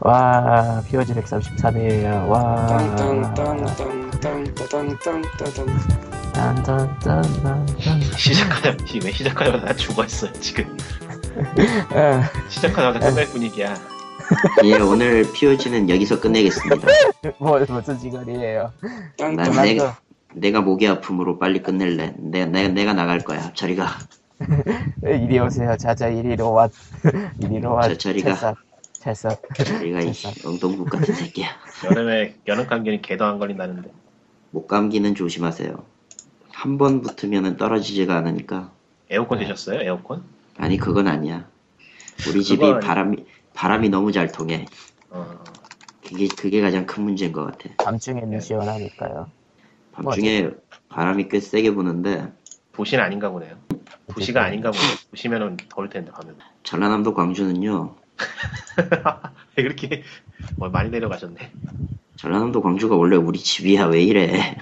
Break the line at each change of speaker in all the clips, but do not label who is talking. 와, POG 134회에요. 와.
땅땅땅땅땅땅땅땅땅
딴딴딴딴딴.
시작하자 왜 시작하자마자 나 죽어있어요 지금
에,
시작하자마자 끝날 분위기야
예, 오늘 POG는 여기서 끝내겠습니다.
뭐, 무슨 지거리에요.
난 내, 내가 목이 아픔으로 빨리 끝낼래. 내, 내, 내가 나갈 거야. 저리 가.
예, 이리 오세요. 자자, 이리로 와. 이리로 와.
자, 저리가.
찰싹. 찰싹.
저리 가, 이 엉덩국 같은 새끼야.
여름에 여름 감기는 개도 안 걸린다는데
목 감기는 조심하세요. 한 번 붙으면 떨어지지가 않으니까.
에어컨
네.
되셨어요 에어컨?
아니, 그건 아니야. 우리 집이
그건 아니-
바람이, 바람이 너무 잘 통해.
어,
그게, 그게 가장 큰 문제인 것 같아.
밤중에는 시원하니까요.
밤중에 바람이 꽤 세게 부는데,
도시는 아닌가 보네요 도시가 아닌가 보네요 도시면은 더울 텐데 밤에
전라남도 광주는요,
왜 그렇게 뭐 많이 내려가셨네
전라남도 광주가 원래 우리 집이야. 왜 이래.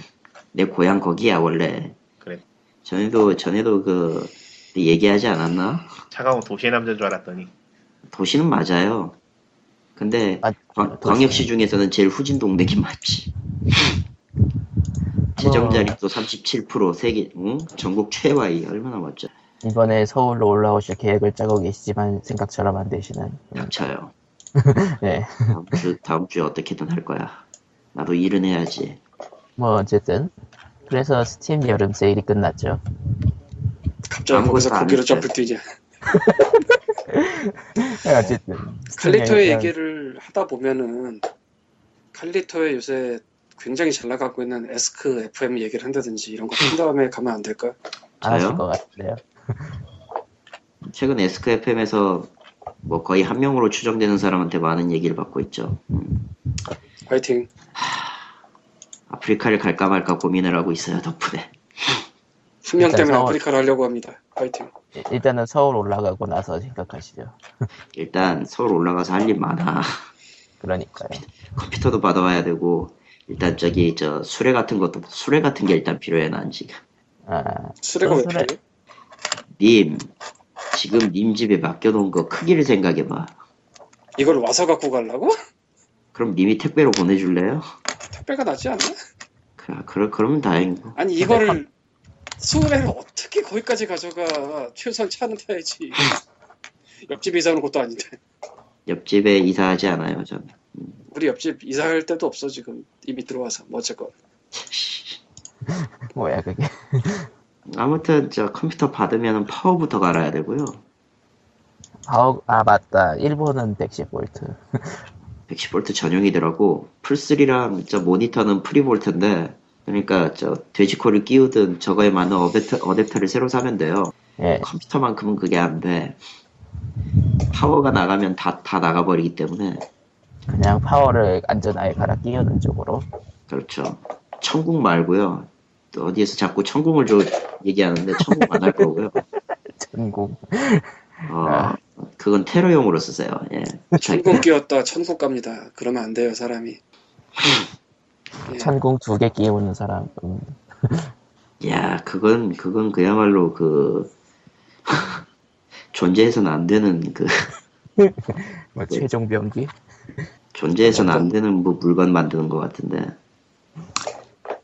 내 고향 거기야, 원래.
그래
전에도 전에도 그 얘기하지 않았나?
차가운 도시의 남자인 줄 알았더니
도시는 맞아요. 근데
아,
광,
도시.
역시 중에서는 제일 후진 동네긴 맞지. 최저자립도 37% 세계 응? 전국 최하위 얼마나 멋져.
이번에 서울로 올라오실 계획을 짜고 계시지만 생각처럼 안 되시는. 음,
닥쳐요.
네.
다음 주 다음 주에 어떻게든 할 거야. 나도 일은 해야지.
뭐, 어쨌든. 그래서 스팀 여름 세일이 끝났죠.
갑자기 거기서 거기로 점프 뛰자
예,
네, 어쨌든.
칼리토의
스팀 여름-
얘기를 하다 보면은 칼리토의 요새 굉장히 잘 나가고 있는 에스크 FM 얘기를 한다든지 이런 거 한 다음에 가면 안 될까?
안 하실
저요?
것 같은데요.
최근 에스크 FM에서 뭐 거의 한 명으로 추정되는 사람한테 많은 얘기를 받고 있죠. 음.
화이팅.
아프리카를 갈까 말까 고민을 하고 있어요 덕분에.
훈련
일단
때문에
상황-
아프리카를 하려고 합니다. 화이팅.
일- 일단은 서울 올라가고 나서 생각하시죠.
일단 서울 올라가서 할 일 많아.
그러니까요.
컴퓨터도 받아와야 되고 일단 저기 저 수레 같은 것도 수레 같은 게 일단 필요해 난 지금
아,
수레가 왜
수레.
필요해?
님 지금 님 집에 맡겨놓은 거 크기를 생각해봐
이걸 와서 갖고 가려고?
그럼 님이 택배로 보내줄래요?
택배가 나지 않나?
그래, 그러, 그러면 다행이고
아니 이거를 수레를 어떻게 거기까지 가져가? 최소한 차는 타야지. 옆집 이사 오는 것도 아닌데.
옆집에 이사하지 않아요 저는
우리 옆집 이사할 때도 없어 지금 이미 들어와서 뭐 어쨌건
뭐야 그게.
아무튼 저 컴퓨터 받으면 파워부터 갈아야 되고요
아우, 아 맞다. 일본은 110V.
110V 전용이더라고 풀3랑 저 모니터는 프리볼트인데 그러니까 저 돼지코를 끼우든 저거에 맞는 어댑터, 어댑터를 새로 사면 돼요
예.
컴퓨터만큼은 그게 안 돼. 파워가 나가면 다, 다 나가버리기 때문에.
그냥 파워를 안전하게 갈아 끼우는 쪽으로.
그렇죠. 천국 말고요. 또 어디에서 자꾸 천국을 줘 얘기하는데 천국 안 할 거고요.
전공.
어, 그건 테러용으로 쓰세요. 예.
천국 끼웠다 천국 갑니다 그러면 안 돼요 사람이
음.
예.
천공 두 개 끼우는 사람. 음,
야, 그건, 그건 그야말로 그, 존재해서는 안 되는 그,
뭐
네.
최종 병기?
존재해서는 안 되는 뭐 물건 만드는 것 같은데.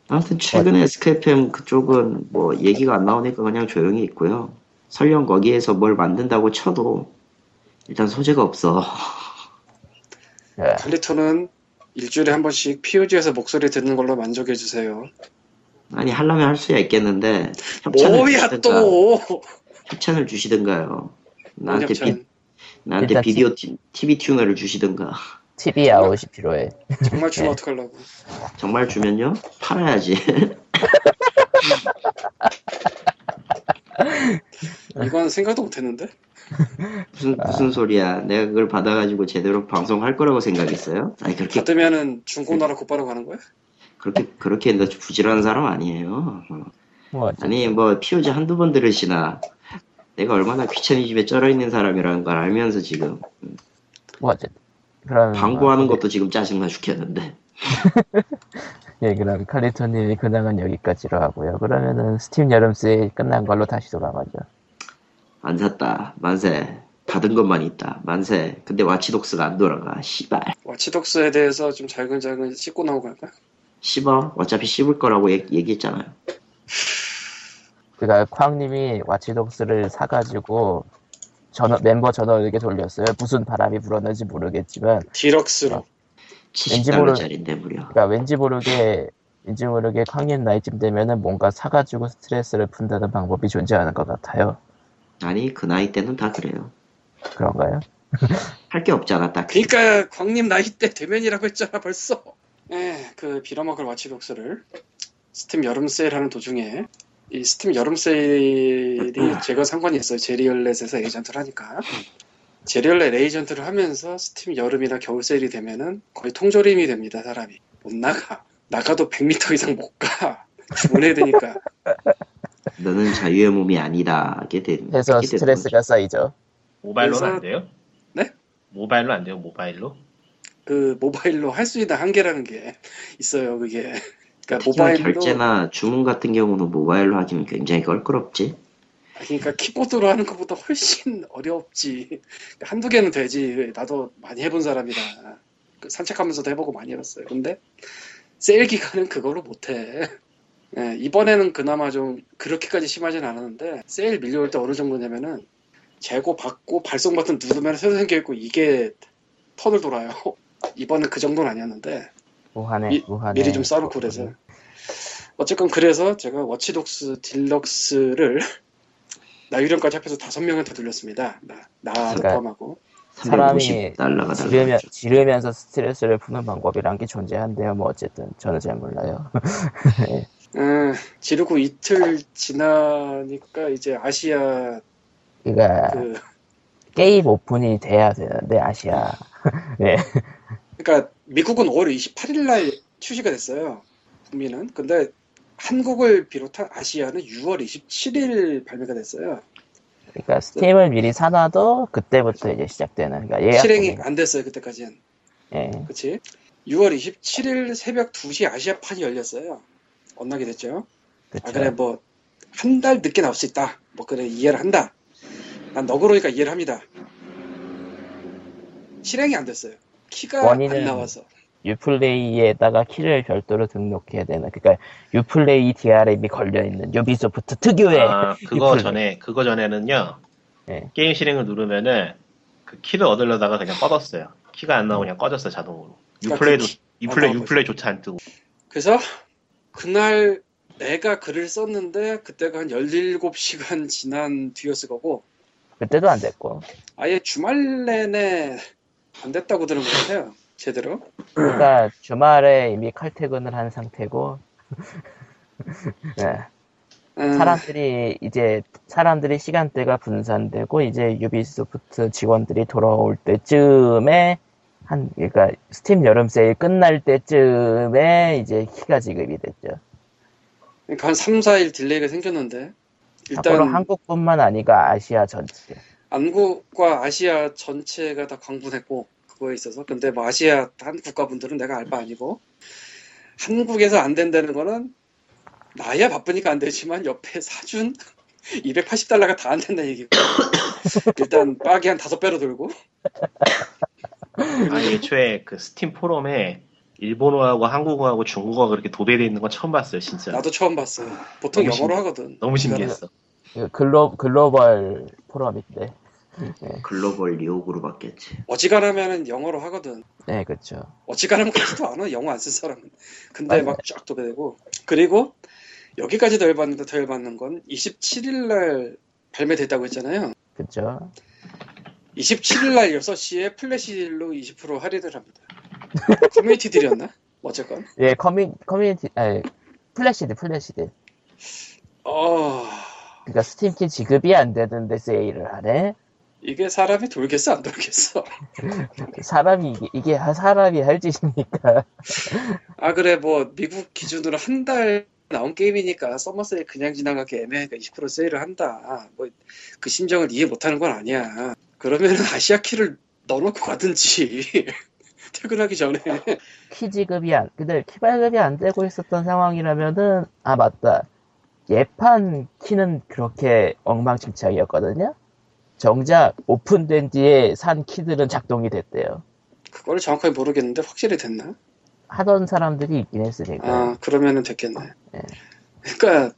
아무튼 최근에 SKFM 그쪽은 뭐 얘기가 안 나오니까 그냥 조용히 있고요. 설령 거기에서 뭘 만든다고 쳐도 일단 소재가 없어.
예.
칼리토는 일주일에 한 번씩 POG에서 목소리 듣는 걸로 만족해 주세요
아니 하려면 할 수야 있겠는데 협찬을
뭐야
주시든가
또
협찬을 주시든가요. 나한테 비,
협찬
나한테
일단
비디오 티, TV 튜너를 주시든가.
TV 아웃이 필요해.
정말 주면
네.
어떡하려고
정말 주면요 팔아야지.
이건 생각도 못했는데
무슨
아.
무슨 소리야? 내가 그걸 받아가지고 제대로 방송할 거라고 생각했어요? 아니 그렇게
받으면은 중국
네.
나라 곧바로 가는 거야?
그렇게 그렇게 너 부지런한 사람 아니에요. 어.
뭐
아니 뭐 피오지 한두 번 들으시나 내가 얼마나 귀차니즘에 쩔어 있는 사람이라는 걸 알면서 지금
뭐 어쨌든. 그럼
광고하는
어,
것도 지금 짜증나 죽겠는데
예, 그럼 칼리토님의 근황은 여기까지로 하고요. 그러면은 스팀 여름 세일 끝난 걸로 다시 돌아가죠.
안 샀다 만세 받은 것만 있다. 만세. 근데 와치독스가 안 돌아가. 씨발.
와치독스에 대해서 좀 잘근잘근 씻고 나오고 할까?
씹어. 어차피 씹을 거라고 얘- 얘기했잖아요.
그러니까 쾅님이 와치독스를 사가지고 전원, 멤버 전원에게 돌렸어요. 무슨 바람이 불었는지 모르겠지만,
디럭스로
70달러짜리인데 무려.
그러니까 왠지 모르게 왠지 모르게 쾅님 나이쯤 되면은 뭔가 사가지고 스트레스를 푼다는 방법이 존재하는 것 같아요.
아니 그 나이 때는 다 그래요.
그런가요?
할 게 없잖아 딱히.
그러니까 광님 나이 때 대면이라고 했잖아 벌써 에, 그 빌어먹을 와치독스를 스팀 여름 세일하는 도중에 이 스팀 여름
음.
세일이 제가 상관이 있어요 제리얼렛에서 에이전트를 하니까 제리얼렛 에이전트를 하면서 스팀 여름이나 겨울 세일이 되면은 거의 통조림이 됩니다 사람이 못 나가 나가도 100m 이상 못가 주문해야 되니까
너는 자유의 몸이 아니다게 된.
그래서
하게 되는 거죠.
스트레스가 쌓이죠.
모바일로는
그래서-
안 돼요?
네?
모바일로 안 돼요? 모바일로?
그 모바일로 할 수 있는 한계라는 게 있어요 그게 그러니까
특히나
모바일로
결제나 주문 같은 경우는 모바일로 하기는 굉장히 껄끄럽지.
그러니까 키보드로 하는 것보다 훨씬 어렵지. 한두 개는 되지. 나도 많이 해본 사람이라. 그 산책하면서도 해보고 많이 해봤어요. 근데 세일 기간은 그걸로 못해. 예, 이번에는 그나마 좀 그렇게까지 심하진 않았는데 세일 밀려올 때 어느 정도냐면은 재고 받고 발송 버튼 누르면 새로 생겨있고 이게 턴을 돌아요. 이번엔 그 정도는 아니었는데
무한해,
미-
무한해.
미리 좀 써놓고 그래서 어쨌건 그래서 제가 워치독스 딜럭스를 나유령까지 합해서 다섯 명한테 돌렸습니다. 나, 나
그러니까
포함하고
사람이
350달러가
지르면,
달라.
지르면서 스트레스를 푸는 방법이란 게 존재한대요. 뭐 어쨌든 저는 잘 몰라요.
음, 지르고 이틀 지나니까 이제 아시아
그러니까
그
게임 오픈이 돼야 되는데 아시아
그러니까 미국은 5월 28일 날 출시가 됐어요. 북미는 근데 한국을 비롯한 아시아는 6월 27일 발매가 됐어요.
그러니까 스팀을 미리 사놔도 그때부터 이제 시작되는 그러니까 예약
실행이 아,
분위기.
안 됐어요 그때까지는.
예.
그치? 6월 27일 새벽 2시 아시아판이 열렸어요. 언락이 됐죠. 아, 그래,
그렇죠.
뭐, 한 달 늦게 나올 수 있다. 뭐, 그래, 이해를 한다. 난 너그러니까 이해를 합니다. 실행이 안 됐어요. 키가
원인은-
안 나와서.
유플레이에다가 키를 별도로 등록해야 되는 그러니까 유플레이 DRM이 걸려 있는 유비소프트 특유의
아 그거
네. 리플.
전에 그거 전에는요
네.
게임 실행을 누르면은 그 키를 얻으려다가 그냥 뻗었어요 키가 안 나오고 그냥 꺼졌어 요 자동으로
그러니까
유플레이도
그 키-
유플레이
안 나오고
유플레이조차 안 뜨고
그래서, 그날 내가 글을 썼는데, 그때가 한 17시간 지난 뒤였을 거고,
그때도 안 됐고
아예 주말 내내 안 됐다고 들은 것 같아요. 제대로.
그러니까 주말에 이미 칼퇴근을 한 상태고 예.
음,
사람들이 이제 사람들이 시간대가 분산되고 이제 유비소프트 직원들이 돌아올 때쯤에 한 그러니까 스팀 여름 세일 끝날 때쯤에 이제 키가 지급이 됐죠.
그러니까 한 3, 4일 딜레이가 생겼는데,
참고로
일단
한국뿐만 아니라 아시아 전체.
안국과 아시아 전체가 다 광분했고 그거에 있어서 근데 뭐 아시아 한 국가분들은 내가 알 바 아니고 한국에서 안 된다는 거는 나야 바쁘니까 안 되지만 옆에 사준 280달러가 다 안 된다는 얘기고 일단 빡이 한 다섯 배로 돌고
아 애초에 그 스팀 포럼에 일본어하고 한국어하고 중국어가 그렇게 도배되어 있는 건 처음 봤어요 진짜
나도 처음 봤어 보통 영어로
너무 신기해.
하거든
너무 신기했어
그 글로 글로벌 포럼인데. 네.
글로벌 리옥으로 바뀌었지.
어지간하면 영어로 하거든
네, 그렇죠.
어지간하면 그지도 않아 영어 안 쓴 사람은 근데
맞아요.
막 쫙 도배되고 그리고 여기까지 더 열받는데 더 열받는 건 27일 날 발매됐다고 했잖아요
그렇죠.
27일 날 6시에 플래시딜로 20% 할인을 합니다. 커뮤니티들이었나? 어쨌건.
예, 커뮤 커뮤니티 아니, 플래시드 플래시드.
어...
그러니까 스팀키 지급이 안 되는데 세일을 하네.
이게 사람이 돌겠어 안 돌겠어?
사람이 이게, 이게 하- 사람이 할 짓이니까.
아 그래 뭐 미국 기준으로 한 달 나온 게임이니까 서머세일 그냥 지나가기 애매하니까 20% 세일을 한다. 뭐 그 심정을 이해 못하는 건 아니야. 그러면 아시아 키를 넣어놓고 가든지 퇴근하기 전에
키 지급이 안, 근데 키 발급이 안 되고 있었던 상황이라면은, 아, 맞다. 예판 키는 그렇게 엉망진창이었거든요? 정작 오픈된 뒤에 산 키들은 작동이 됐대요.
그거를 정확하게 모르겠는데 확실히 됐나?
하던 사람들이 있긴 했으니까.
아 그러면은 됐겠네. 그러니까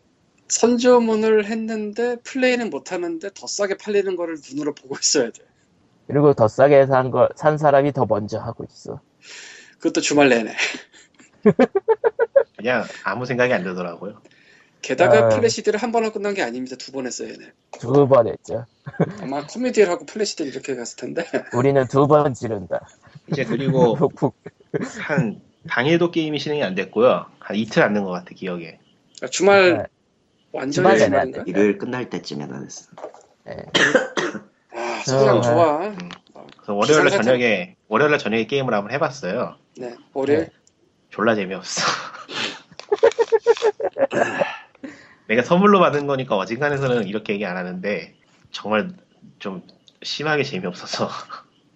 선주문을 했는데 플레이는 못 하는데 더 싸게 팔리는 거를 눈으로 보고 있어야 돼.
그리고 더 싸게 산 걸, 산 사람이 더 먼저 하고 있어.
그것도 주말 내내.
그냥 아무 생각이 안 들더라고요.
게다가
아.
플래시들을 한 번 하고 끝난 게 아닙니다. 두 번 했어요, 얘네.
두 번 했죠.
아마 코미디를 하고 플래시들 이렇게 갔을 텐데.
우리는 두 번 지른다.
이제
어.
그리고
북-
한 당일도 게임이 실행이 안 됐고요. 한 이틀 안 된 것 같아 기억에.
아, 주말 완전히
네. 주말 내내
주말인가?
안 돼.
일요일 끝날 때쯤엔 안 했어.
아, 소장
어,
좋아.
그래서 월요일 날
기상사태.
저녁에 월요일 날 저녁에 게임을 한번 해봤어요.
네, 월요일.
졸라 재미없어. 내가 선물로 받은 거니까 어지간해서는 이렇게 얘기 안 하는데 정말 좀 심하게 재미없어서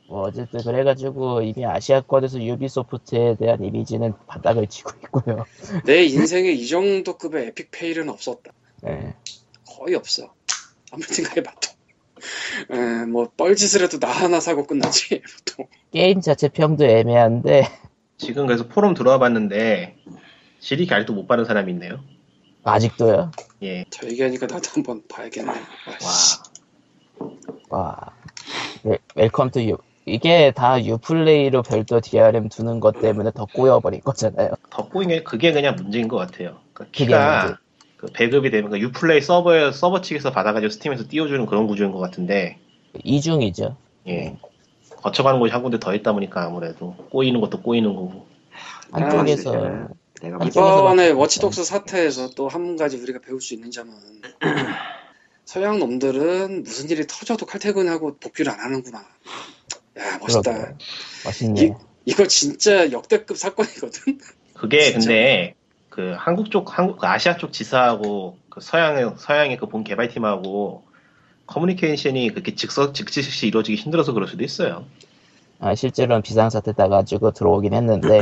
뭐 어쨌든 그래가지고 이미 아시아권에서 유비소프트에 대한 이미지는 바닥을 치고 있고요.
내 인생에 이 정도 급의 에픽페일은 없었다.
예.
거의 없어. 아무리 생각해봐도. 에, 뭐 뻘짓을 해도 나 하나 사고 끝나지 보통.
게임 자체 평도 애매한데
지금 그래서 포럼 들어와 봤는데 질이 아직도 못 받은 사람이 있네요.
아직도요.
예,
저 얘기하니까 나도 한번 봐야겠네. 아,
와
씨.
와 예, 웰- 웰컴 투 유. 이게 다 유플레이로 별도 DRM 두는 것 때문에 더 꼬여버린 거잖아요.
덮고인 게 그게 그냥 문제인 것 같아요. 그러니까
그게 문제.
키가 그 배급이 되면 그 유플레이 서버에 서버 측에서 받아가지고 스팀에서 띄워주는 그런 구조인 것 같은데
이중이죠. 음.
예 거쳐가는 곳이 한 군데 더 있다 보니까 아무래도 꼬이는 것도 꼬이는 거고
한쪽에서
아, 내가
한쪽-
이번에
맞췄다.
워치독스 사태에서 또 한 가지 우리가 배울 수 있는 점은 서양 놈들은 무슨 일이 터져도 칼퇴근하고 복귀를 안 하는구나. 야 멋있다.
그러게요. 멋있네요.
이거 진짜 역대급 사건이거든.
그게
진짜?
근데 그 한국 쪽 한국 그 아시아 쪽 지사하고 그 서양의 서양의 그 본 개발팀하고 커뮤니케이션이 그렇게 즉석 즉시 이루어지기 힘들어서 그럴 수도 있어요.
아, 실제로는 비상사태 따가지고 들어오긴 했는데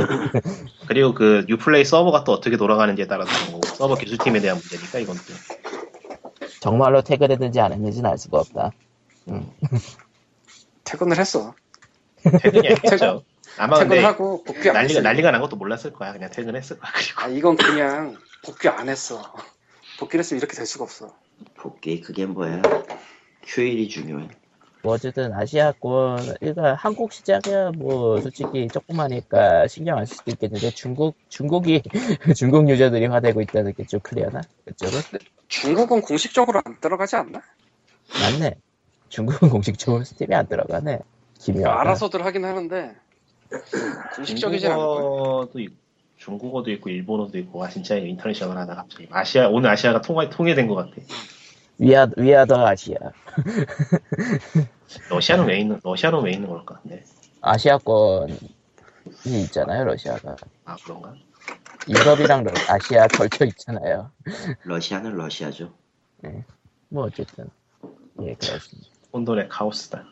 그리고 그 유플레이 서버가 또 어떻게 돌아가는지에 따라서 그런 거고, 서버 기술팀에 대한 문제니까 이건 또
정말로 퇴근했는지 안 했는지는 알 수가 없다.
퇴근을 했어.
퇴근이 아니죠. 아마 근데
퇴근하고 복귀 안
난리가
했어.
난리가 난 것도 몰랐을 거야. 그냥 퇴근했을 거야. 그리고
아 이건 그냥 복귀 안 했어. 복귀를 했으면 이렇게 될 수가 없어.
복귀 그게 뭐야? 휴일이 중요해.
뭐 어쨌든 아시아권, 그러니까 한국 시장이야 뭐 솔직히 조그마니까 신경 안 쓸 수도 있겠는데 중국, 중국이, 중국 유저들이 화되고 있다는 게 좀 클리어나? 그쪽은?
중국은 공식적으로 안 들어가지 않나?
맞네. 중국은 공식적으로 스팀이 안 들어가네. 기묘하다.
알아서들 하긴 하는데 공식적이지 않을
중국어도 있- 중국어도 있고 일본어도 있고 와 진짜 인터내셔널하다 갑자기 아시아 오늘 아시아가 통해 통해된 것 같아.
위아, 위아더 아시아.
러시아는 왜 있는 러시아는 왜 있는 걸까? 네.
아시아권이 있잖아요, 러시아가.
아 그런가?
유럽이랑 러- 아시아 걸쳐 있잖아요.
러시아는 러시아죠.
뭐 어쨌든. 예, 그렇습니다.
혼돈의 카오스다.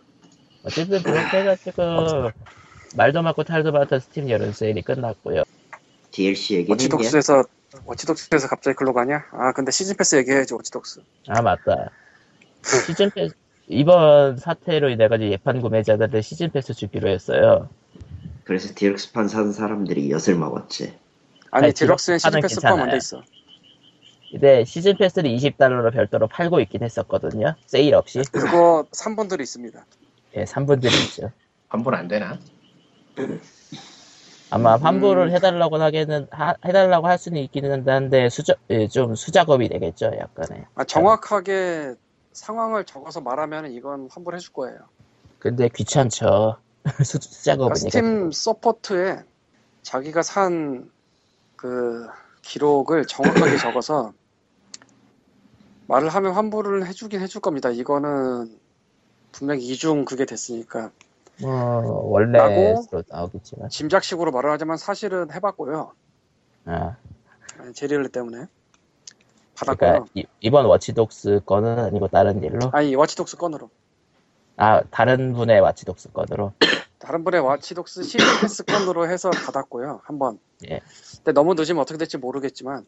어쨌든 그렇게 해가지고 말도 많고 탈도 많던 스팀 여름 세일이 끝났고요.
DLC
어,
얘기는 이제
워치독스에서 워치독스에서 갑자기 글로 가냐? 아 근데 시즌 패스 얘기해야지 워치독스.
아 맞다. 시즌 패스 이번 사태로 인해가지고 예판 구매자들한테 시즌 패스 주기로 했어요.
그래서 디럭스판 산 사람들이 엿을 먹었지.
아니
아니,
디럭스는 시즌
디럭스판은
패스 포함 안
괜찮아요.
돼 있어.
근데 시즌 패스를 20달러로 별도로 팔고 있긴 했었거든요. 세일 없이.
그거 3번들이 있습니다.
예, 3분들이 있죠.
환불 안 되나?
아마 환불을
음.
해달라고 하기는 하- 해달라고 할 수는 있기는 한데 수저 예, 좀 수작업이 되겠죠, 약간의.
아, 정확하게 상황을 적어서 말하면 이건 환불해 줄 거예요.
근데 귀찮죠. 수,
그러니까
수작업이니까.
스팀 서포트에 자기가 산 그 기록을 정확하게 적어서 말을 하면 환불을 해주긴 해줄 겁니다. 이거는 분명히 이중 그게 됐으니까
뭐 원래로 나오겠지만.
짐작식으로 말을 하자면 사실은 해봤고요.
아.
아니, 제리얼리 때문에 받았고요.
그러니까 이- 이번 워치독스 건은 아니고 다른 일로
아니 와치독스 건으로
아 다른 분의 워치독스 건으로
다른 분의 와치독스 시즌 패스 건으로 해서 받았고요. 한번.
예.
근데 너무 늦으면 어떻게 될지 모르겠지만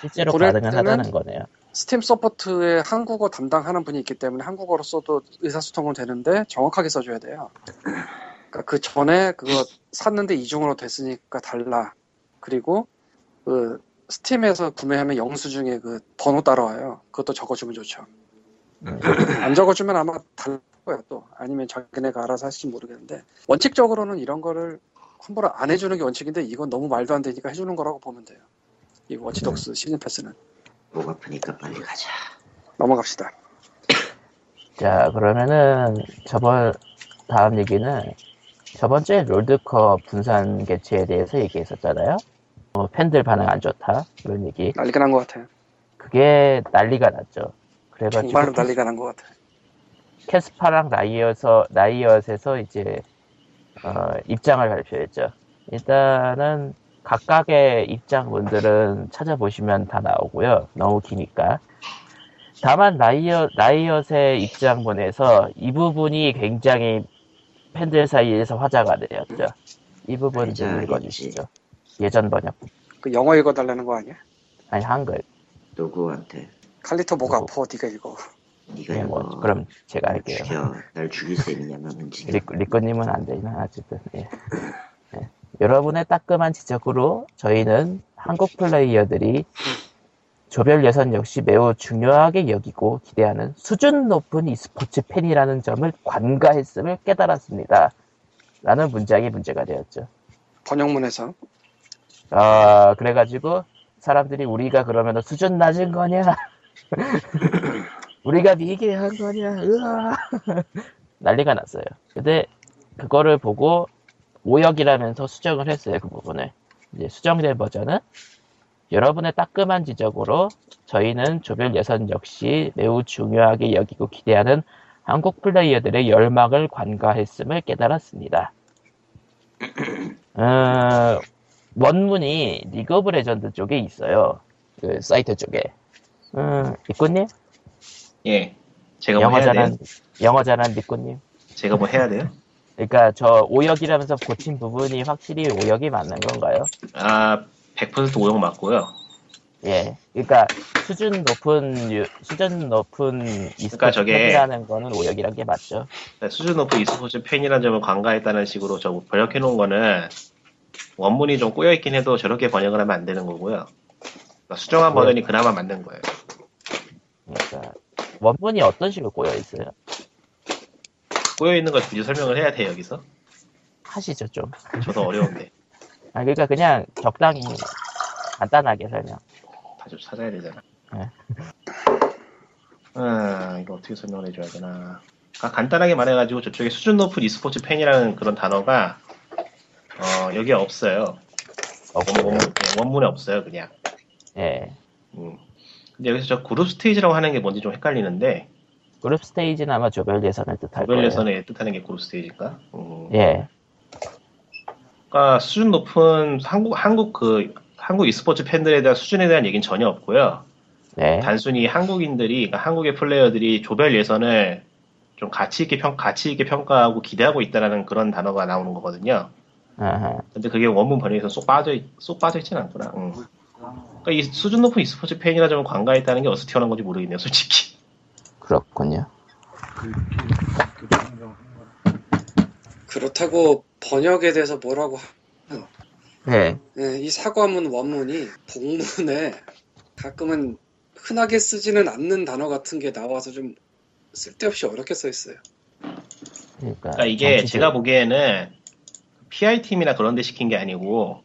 실제로
그럴
가능은
때는-
하다는 거네요.
스팀 서포트에 한국어 담당하는 분이 있기 때문에 한국어로 써도 의사소통은 되는데 정확하게 써줘야 돼요. 그러니까 그 전에 그거 샀는데 이중으로 됐으니까 달라. 그리고 그 스팀에서 구매하면 영수증에 그 번호 따라와요. 그것도 적어주면 좋죠.
음.
안 적어주면 아마 달라거요또 아니면 자기네가 알아서 할지 모르겠는데 원칙적으로는 이런 거를 함부로 안 해주는 게 원칙인데 이건 너무 말도 안 되니까 해주는 거라고 보면 돼요. 이 워치독스 시즌 패스는
목 아프니까 빨리 가자.
넘어갑시다.
자, 그러면은 저번 다음 얘기는 저번 주에 롤드컵 분산 개최에 대해서 얘기했었잖아요. 어, 팬들 반응 안 좋다 이런 얘기.
난리가 난 것 같아요.
그게 난리가 났죠. 그래가지고
정말로 난리가 난 것 같아요.
캐스파랑 라이엇에서, 라이엇에서 이제 어, 입장을 발표했죠. 일단은 각각의 입장문들은 찾아보시면 다 나오고요. 너무 기니까. 다만 라이엇, 라이엇의 입장문에서 이 부분이 굉장히 팬들 사이에서 화제가 되었죠. 이 부분 좀
알죠,
읽어주시죠. 예전 번역,
그 영어 읽어달라는 거 아니야?
아니 한글.
누구한테?
칼리터 목
어.
아파 네가 읽어.
네가
네,
이거
뭐, 그럼 제가
날
할게요.
죽여. 날 죽일 셈이냐 너는 지금.
리- 리코님은 안 되지만 어쨌든 예. 예. 여러분의 따끔한 지적으로 저희는 한국 플레이어들이 조별 예선 역시 매우 중요하게 여기고 기대하는 수준 높은 e스포츠 팬이라는 점을 관가했음을 깨달았습니다. 라는 문장이 문제가 되었죠.
번역문에서
아, 그래가지고 사람들이 우리가 그러면 수준 낮은 거냐? 우리가 미개한 거냐? 으아. 난리가 났어요. 근데 그거를 보고 오역이라면서 수정을 했어요. 그 부분을. 이제 수정된 버전은 여러분의 따끔한 지적으로 저희는 조별 예선 역시 매우 중요하게 여기고 기대하는 한국 플레이어들의 열망을 관가했음을 깨달았습니다. 어, 원문이 리그 오브 레전드 쪽에 있어요. 그 사이트 쪽에. 음, 니꾸님?
예. 제가 뭐
영어
해야
잘한,
돼요?
영어 잘한 니꾸님?
제가 뭐 해야 돼요?
그러니까 저 오역이라면서 고친 부분이 확실히 오역이 맞는 건가요?
아, 100% 오용 맞고요.
예. 그러니까 수준 높은, 유- 수준 높은
그러니까
이스포츠
저게-
팬이라는 거는 오역이란 게 맞죠.
네, 수준 높은 e스포츠 팬이라는 점을 관가했다는 식으로 저 번역해 놓은 거는 원문이 좀 꼬여 있긴 해도 저렇게 번역을 하면 안 되는 거고요. 그러니까 수정한 버전이 그나마 맞는 거예요.
그러니까 원문이 어떤 식으로 꼬여 있어요?
꼬여 있는 걸 굳이 설명을 해야 돼 여기서?
하시죠, 좀.
저도 어려운데
아, 그러니까 그냥 적당히 간단하게 설명.
다 좀 찾아야 되잖아.
네.
아 이거 어떻게 설명을 해줘야 되나? 아, 간단하게 말해가지고 저쪽에 수준 높은 e스포츠 팬이라는 그런 단어가 어, 여기에 없어요. 뭐.
어,
원, 문 네, 원문에 없어요 그냥.
예.
음. 근데 여기서 저 그룹 스테이지라고 하는 게 뭔지 좀 헷갈리는데
그룹 스테이지는 아마 조별 예선을 뜻할 거예요.
노벨에서는 뜻하는 게 그룹 스테이지인가? 음.
예.
그러니까 수준 높은 한국 한국 그 한국 e스포츠 팬들에 대한 수준에 대한 얘기는 전혀 없고요.
네.
단순히 한국인들이 그러니까 한국의 플레이어들이 조별 예선을 좀 가치 있게 평 가치 있게 평가하고 기대하고 있다라는 그런 단어가 나오는 거거든요.
아하.
근데 그게 원문 번역에서 쏙 빠져 있- 쏙 빠져 있진 않구나. 음.
아.
그러니까 이 수준 높은 e스포츠 팬이라 좀 관가했다는 게 어디서 튀어나온 건지 모르겠네요, 솔직히.
그렇군요.
그렇다고 번역에 대해서 뭐라고 하-
네.
예, 이 사과문 원문이 복문에 가끔은 흔하게 쓰지는 않는 단어 같은 게 나와서 좀 쓸데없이 어렵게 써 있어요.
그러니까,
그러니까 이게
정치적-
제가 보기에는 PI 팀이나 그런 데 시킨 게 아니고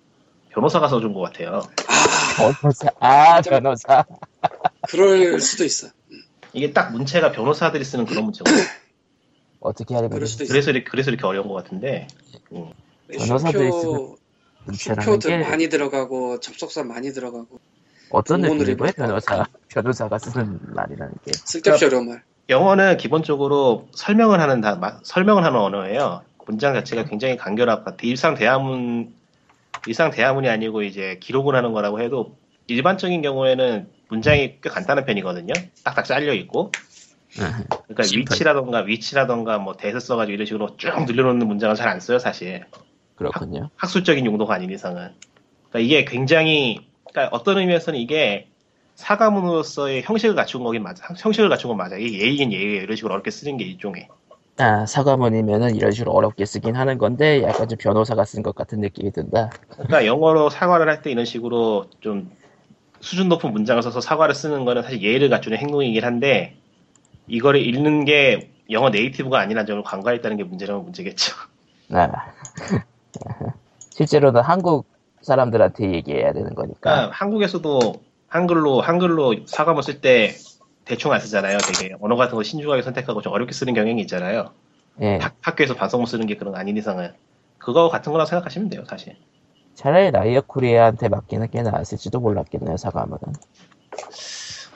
변호사가 써준 것 같아요.
아,
변호사. 아, 변호사.
그럴 수도 있어.
이게 딱 문체가 변호사들이 쓰는 그런 문체거든요.
어떻게 하려고
그럴 수도 있어.
그래서 이렇게, 그래서 이렇게 어려운 것 같은데
변호사들이
슈표,
문체라는
슈표들
게
많이 들어가고 접속사 많이 들어가고
어떤
공문을
느낌이고요?
입고.
변호사. 변호사가 쓰는 말이라는 게. 그러니까
쓸데없이 어려운 말.
영어는 기본적으로 설명을 하는 다, 마- 설명을 하는 언어예요. 문장 자체가 굉장히 간결하고 같아. 일상 대화문 일상 대화문이 아니고 이제 기록을 하는 거라고 해도 일반적인 경우에는 문장이 꽤 간단한 편이거든요. 딱딱 잘려 있고
아,
그러니까
심플.
위치라던가 위치라던가 뭐 대서 써가지고 이런 식으로 쭉 늘려놓는 문장은 잘 안 써요 사실.
그렇군요.
학술적인 용도가 아닌 이상은. 그러니까 이게 굉장히, 그러니까 어떤 의미에서는 이게 사과문으로서의 형식을 갖춘 거긴 맞아. 형식을 갖춘 건 맞아. 이게 예의긴 예의예요. 이런 식으로 어렵게 쓰는 게 일종의.
아, 사과문이면은 이런 식으로 어렵게 쓰긴 하는 건데 약간 좀 변호사가 쓴 것 같은 느낌이 든다.
그러니까 영어로 사과를 할 때 이런 식으로 좀 수준 높은 문장을 써서 사과를 쓰는 거는 사실 예의를 갖추는 행동이긴 한데 이거를 읽는 게 영어 네이티브가 아니란 점을 간과했다는 게 문제라면 문제겠죠.
아. 실제로는 한국 사람들한테 얘기해야 되는 거니까.
그러니까 한국에서도 한글로 한글로 사과문 쓸 때 대충 안 쓰잖아요. 되게 언어 같은 거 신중하게 선택하고 좀 어렵게 쓰는 경향이 있잖아요.
예.
학- 학교에서 반성문 쓰는 게 그런 거 아닌 이상은 그거 같은 거라고 생각하시면 돼요, 사실.
차라리 라이어 코리아한테 맡기는 게 나았을지도 몰랐겠네요, 사과문은.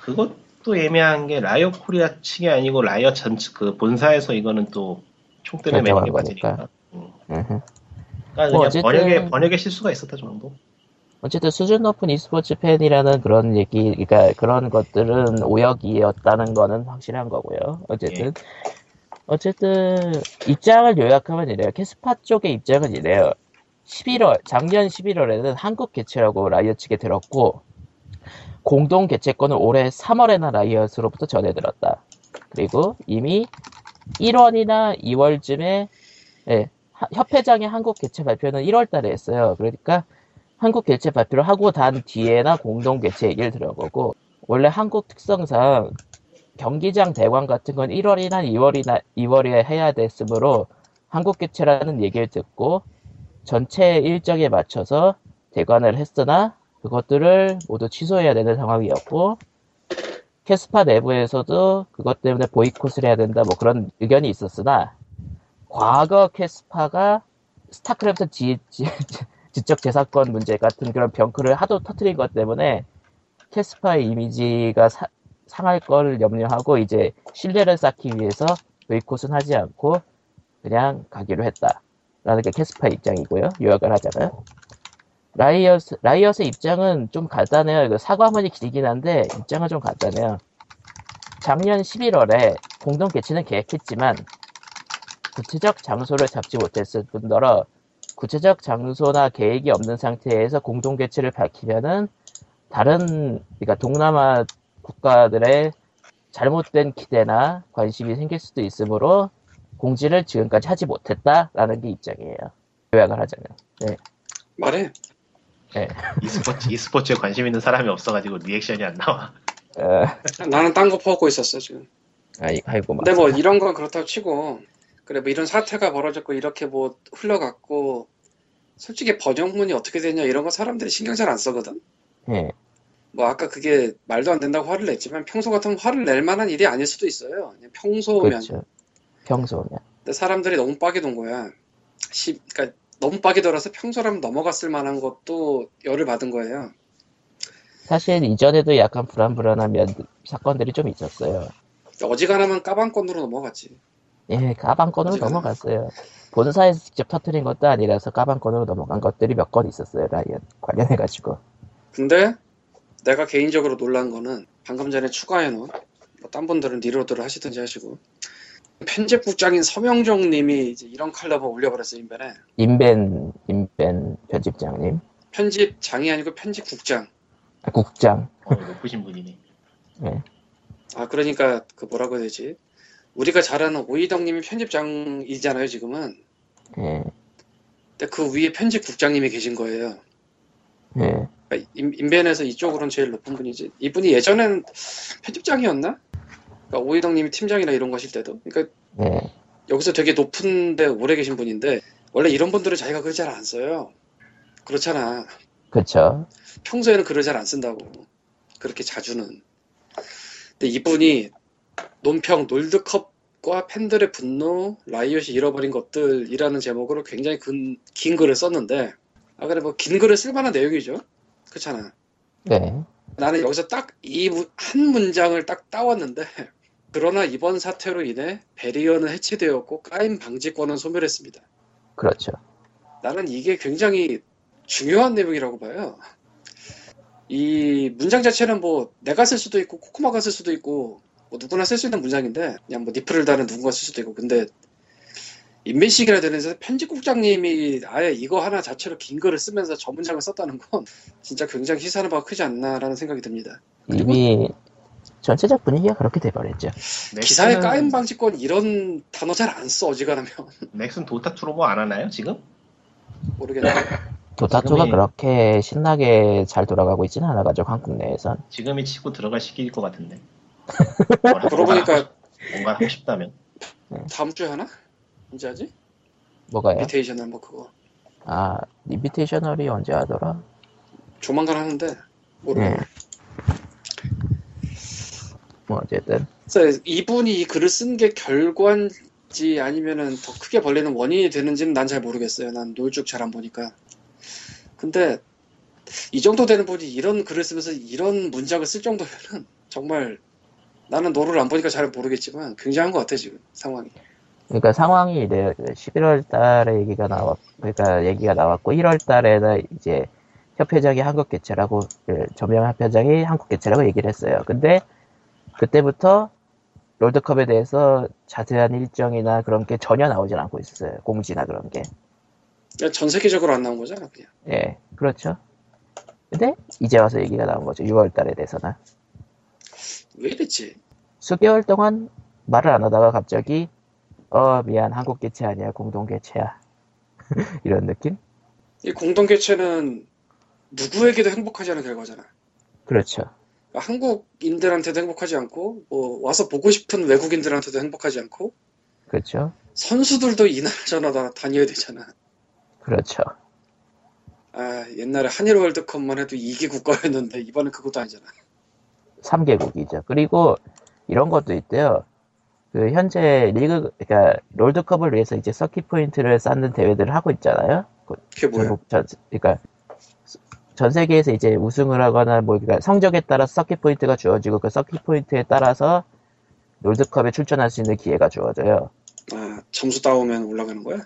그것도 애매한 게 라이어 코리아 측이 아니고 라이어 전측 그 본사에서 이거는 또 총대를 매는 게
결정한 거니까.
맞으니까. 음.
으흠.
그러니까
뭐
그냥
어쨌든-
번역에 번역에 실수가 있었다 정도.
어쨌든 수준 높은 e스포츠 팬이라는 그런 얘기, 그러니까 그런 것들은 오역이었다는 거는 확실한 거고요. 어쨌든. 어쨌든, 입장을 요약하면 이래요. 캐스파 쪽의 입장은 이래요. 11월, 작년 11월에는 한국 개최라고 라이엇 측에 들었고, 공동 개최권은 올해 3월에나 라이엇으로부터 전해 들었다. 그리고 이미 1월이나 2월쯤에, 예, 하- 협회장의 한국 개최 발표는 1월 달에 했어요. 그러니까 한국 개최 발표를 하고 단 뒤에나 공동 개최 얘기를 들어보고 원래 한국 특성상 경기장 대관 같은 건 1월이나 2월이나 2월에 해야 됐으므로 한국 개최라는 얘기를 듣고 전체 일정에 맞춰서 대관을 했으나 그것들을 모두 취소해야 되는 상황이었고 캐스파 내부에서도 그것 때문에 보이콧을 해야 된다 뭐 그런 의견이 있었으나 과거 캐스파가 스타크래프트 지, 지, 지적 재산권 문제 같은 그런 병크를 하도 터트린 것 때문에 캐스파의 이미지가 사- 상할 걸 염려하고 이제 신뢰를 쌓기 위해서 보이콧은 하지 않고 그냥 가기로 했다라는 게 캐스파 입장이고요. 요약을 하자면 라이엇 라이엇의 입장은 좀 간단해요. 이거 사과문이 길긴 한데 입장은 좀 간단해요. 작년 11월에 공동 개최는 계획했지만 구체적 장소를 잡지 못했을 뿐더러 구체적 장소나 계획이 없는 상태에서 공동 개최를 밝히면은 다른 그러니까 동남아 국가들의 잘못된 기대나 관심이 생길 수도 있으므로 공지를 지금까지 하지 못했다라는 게 입장이에요. 요약을 하자면.
말해.
e스포츠 e스포츠에 관심 있는 사람이 없어가지고 리액션이 안 나와.
어,
나는 딴 거 퍼고 있었어 지금.
아이, 아이고 막.
근데 뭐 이런 건 그렇다고 치고 그래 뭐 이런 사태가 벌어졌고 이렇게 뭐 흘러갔고 솔직히 번역문이 어떻게 되냐 이런 거 사람들이 신경 잘 안 쓰거든.
예.
뭐 아까 그게 말도 안 된다고 화를 냈지만 평소 같으면 화를 낼 만한 일이 아닐 수도 있어요. 그냥 평소면.
그렇죠. 평소면.
근데 사람들이 너무 빠게 돈 거야. 시, 그러니까 너무 빠게 돌아서 평소라면 넘어갔을 만한 것도 열을 받은 거예요.
사실 이전에도 약간 불안불안한 면 사건들이 좀 있었어요.
어지간하면 까방권으로 넘어갔지.
예, 가방권으로
어지간하면.
넘어갔어요. 본사에서 직접 터트린 것도 아니라서 가방권으로 넘어간 것들이 몇 건 있었어요. 라이언 관련해가지고.
근데 내가 개인적으로 놀란 거는 방금 전에 추가해놓은 뭐 딴 분들은 리로드를 하시든지 하시고 편집국장인 서명종 님이 이제 이런 칼럼을 올려버렸어요 인벤에
인벤, 인벤 편집장님.
편집장이 아니고 편집국장
아, 국장.
어, 높으신 분이네.
아 그러니까 그 뭐라고 해야 되지 우리가 잘 아는 오이덕 님이 편집장이잖아요 지금은
예,
근데 그 위에 편집국장님이 계신 거예요
예.
그러니까 인- 인벤에서 이쪽으로는 제일 높은 분이지 이분이 예전에는 편집장이었나? 그러니까 오이덕 님이 팀장이나 이런 거 하실 때도 그러니까
네,
여기서 되게 높은데 오래 계신 분인데 원래 이런 분들은 자기가 글을 잘 안 써요. 그렇잖아.
그쵸.
평소에는 글을 잘 안 쓴다고. 그렇게 자주는. 근데 이분이 논평 놀드컵과 팬들의 분노, 라이엇이 잃어버린 것들이라는 제목으로 굉장히 근- 긴 글을 썼는데 아 그래 뭐 긴 글을 쓸 만한 내용이죠. 그렇잖아.
네.
나는 여기서 딱 이 한 문장을 딱 따왔는데 그러나 이번 사태로 인해 베리어는 해체되었고 까임 방지권은 소멸했습니다.
그렇죠.
나는 이게 굉장히 중요한 내용이라고 봐요. 이 문장 자체는 뭐 내가 쓸 수도 있고 코코마가 쓸 수도 있고 뭐 누구나 쓸 수 있는 문장인데 그냥 뭐 니플을 다는 누군가 쓸 수도 있고 근데 인민식이라 되는 데서 편집국장님이 아예 이거 하나 자체로 긴 글을 쓰면서 저문장을 썼다는 건 진짜 굉장히 시사하는 바가 크지 않나라는 생각이 듭니다.
이미 전체적 분위기가 그렇게 돼버렸죠.
네,
기사에
넥슨은-
까임 방지권 이런 단어 잘 안 써, 어지간하면.
넥슨 도타 2로 뭐 안 하나요 지금?
모르겠네.
도타2가
지금이-
그렇게 신나게 잘 돌아가고 있지는 않아가지고 한국 내에선
지금이 치고 들어갈 시기일 것 같은데.
그러고 보니까
뭔가 하고 싶다면
다음 주에 하나? 언제 하지?
뭐가요?
인비테이션을 뭐 그거.
아 인비테이셔널이 언제 하더라?
조만간 하는데.
예.
모르겠네.
뭐 어쨌든
그래서 이분이 이 글을 쓴 게 결과인지 아니면은 더 크게 벌리는 원인이 되는지는 난 잘 모르겠어요. 난 놀 쭉 잘 안 보니까. 근데 이 정도 되는 분이 이런 글을 쓰면서 이런 문장을 쓸 정도면은 정말 나는 노를 안 보니까 잘 모르겠지만 굉장한 것 같아 지금 상황이.
그러니까 상황이 이래 11월 달에 얘기가 나왔 그러니까 얘기가 나왔고 1월 달에는 이제 협회장이 한국 개최라고 그 저명 협회장이 한국 개최라고 얘기를 했어요. 근데 그때부터 롤드컵에 대해서 자세한 일정이나 그런 게 전혀 나오진 않고 있었어요. 공지나 그런 게.
그냥 전 세계적으로 안 나온 거잖아 그냥.
예, 그렇죠. 근데 이제 와서 얘기가 나온 거죠. 6월 달에 대해서는.
왜 이랬지?
수개월 동안 말을 안 하다가 갑자기 어 미안 한국 개최 아니야 공동 개최야 이런 느낌?
이 공동 개최는 누구에게도 행복하지 않은 결과잖아.
그렇죠.
한국인들한테도 행복하지 않고 뭐 와서 보고 싶은 외국인들한테도 행복하지 않고
그렇죠.
선수들도 이 나라 저 나라 다녀야 되잖아.
그렇죠.
아 옛날에 한일 월드컵만 해도 2개 국가였는데 이번엔 그것도 아니잖아.
3개국이죠. 그리고 이런 것도 있대요. 그 현재 리그 그러니까 롤드컵을 위해서 이제 서킷 포인트를 쌓는 대회들을 하고 있잖아요. 그
그게 뭐야?
전국 전 그러니까 전 세계에서 이제 우승을 하거나 뭐 그러니까 성적에 따라 서킷 포인트가 주어지고 그 서킷 포인트에 따라서 롤드컵에 출전할 수 있는 기회가 주어져요.
아 점수 따오면 올라가는 거야?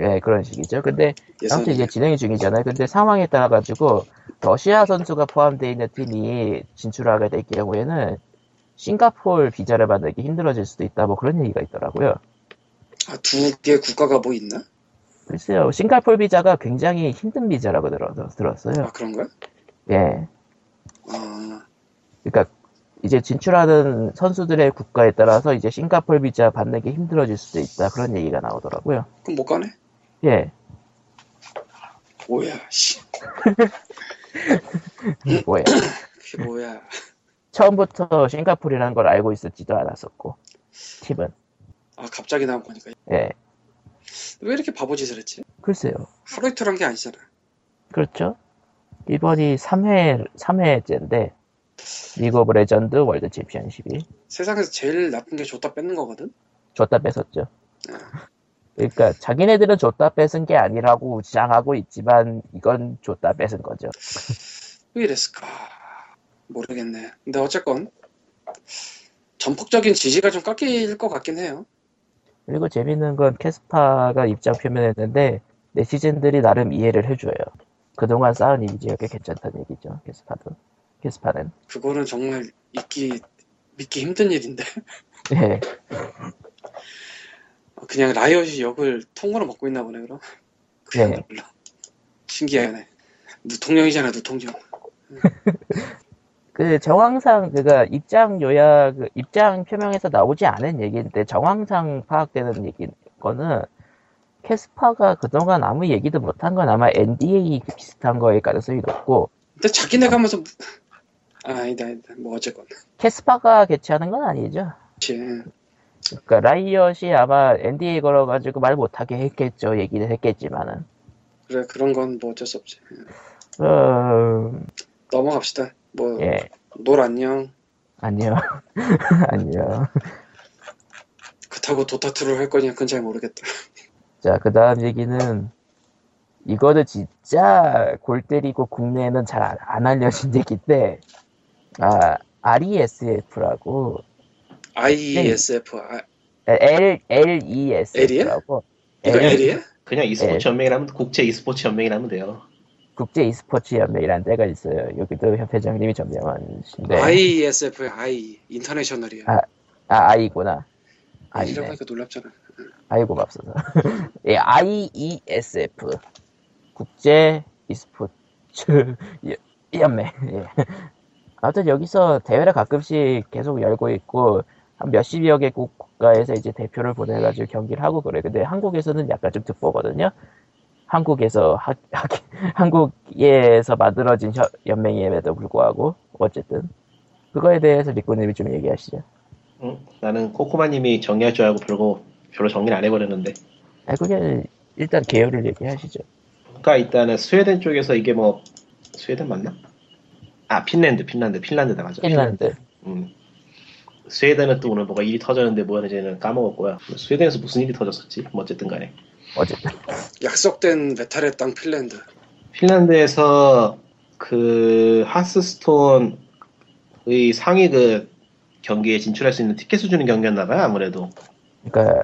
예, 그런 식이죠. 근데
예선.
아무튼 이제 진행 중이잖아요. 근데 상황에 따라 가지고 러시아 선수가 포함되어 있는 팀이 진출하게 될 경우에는 싱가포르 비자를 받기 힘들어질 수도 있다. 뭐 그런 얘기가 있더라고요.
아두 개 국가가 뭐 있나?
글쎄요, 싱가포르 비자가 굉장히 힘든 비자라고 들어, 들었어요.
아 그런 거야?
예,
아
그러니까 이제 진출하는 선수들의 국가에 따라서 이제 싱가포르 비자 받는 게 힘들어질 수도 있다. 그런 얘기가 나오더라고요.
그럼 못 가네?
예,
뭐야? 씨
뭐예요?
그게 뭐야?
처음부터 싱가포르라는 걸 알고 있었지도 않았었고, 팀은
아 갑자기 나온 거니까
예,
왜 이렇게 바보짓을 했지?
글쎄요.
하루 이틀 한 게 아니잖아.
그렇죠. 이번이 3회, 3회째인데, 리그 오브 레전드 월드 챔피언십이
세상에서 제일 나쁜 게 줬다 뺏는 거거든.
줬다 뺏었죠. 그러니까 자기네들은 줬다 뺏은 게 아니라고 주장하고 있지만 이건 줬다 뺏은 거죠.
왜 이랬을까? 아, 모르겠네. 근데 어쨌건 전폭적인 지지가 좀 깎일 것 같긴 해요.
그리고 재밌는 건 캐스파가 입장 표명했는데 네티즌들이 나름 이해를 해줘요. 그동안 쌓은 이미지가 꽤 괜찮다는 얘기죠. 캐스파도. 캐스파는.
그거는 정말 믿기 믿기 힘든 일인데
예.
그냥 라이엇이 역을 통으로 먹고 있나 보네 그럼. 그냥
네.
몰라. 신기하네. 누통령이잖아 누통령.
그 정황상 그가 입장 요약 그 입장 표명에서 나오지 않은 얘기인데 정황상 파악되는 얘기 거는 캐스파가 그동안 아무 얘기도 못한 건 아마 NDA 그 비슷한 거일 가능성이 높고
근데 자기네 가면서 무- 아, 아니다 아니다 뭐 어쨌건.
캐스파가 개최하는 건 아니죠.
그치.
그러니까 라이엇이 아마 NDA 걸어가지고 말 못하게 했겠죠. 얘기를 했겠지만은
그래 그런 건 뭐 어쩔 수 없지.
어,
넘어갑시다. 뭐 놀
예
안녕.
아니요 아니요.
그렇다고 도타투를 할 거냐 그건 잘 모르겠다.
자, 그 다음 얘기는, 이거는 진짜 골 때리고 국내에는 잘 안 알려진 얘기인데, 아, RESF라고,
IESF 아,
L, E LESF라고,
이거
L-
L이야?
그냥
네.
e스포츠 연맹이라면 국제 e스포츠 연맹이라면 돼요.
국제 e스포츠 연맹이라는 데가 있어요. 여기도 협회장님이 점령하신데,
IESF의 I 인터내셔널이야.
아, 아이구나. 아이네.
I라고 하니까 놀랍잖아.
아이고 맙소사. 예, IESF 국제 e스포츠 예, 연맹. 예. 아무튼 여기서 대회를 가끔씩 계속 열고 있고 한 몇십여 개 국가에서 이제 대표를 보내가지고 경기를 하고 그래. 근데 한국에서는 약간 좀 듣보거든요. 한국에서 하, 하, 한국에서 만들어진 혀- 연맹임에도 불구하고 어쨌든 그거에 대해서 리코님이 좀 얘기하시죠.
응? 나는 코코마님이 정리할 줄 알고 별거 별로 정리를 안 해버렸는데.
아, 그게 일단 개요를 얘기하시죠.
그러니까 일단은 스웨덴 쪽에서 이게 뭐 스웨덴 맞나? 아 핀란드 핀란드 핀란드다 맞아.
핀란드.
음. 스웨덴은 또 오늘 뭐가 일이 터졌는데 뭐였는지는 까먹었고요. 스웨덴에서 무슨 일이 터졌었지? 뭐 어쨌든 간에.
어쨌든
약속된 메탈의 땅 핀란드.
핀란드에서 그 하스스톤의 상위 그 경기에 진출할 수 있는 티켓을 주는 경기였나봐요 아무래도
그러니까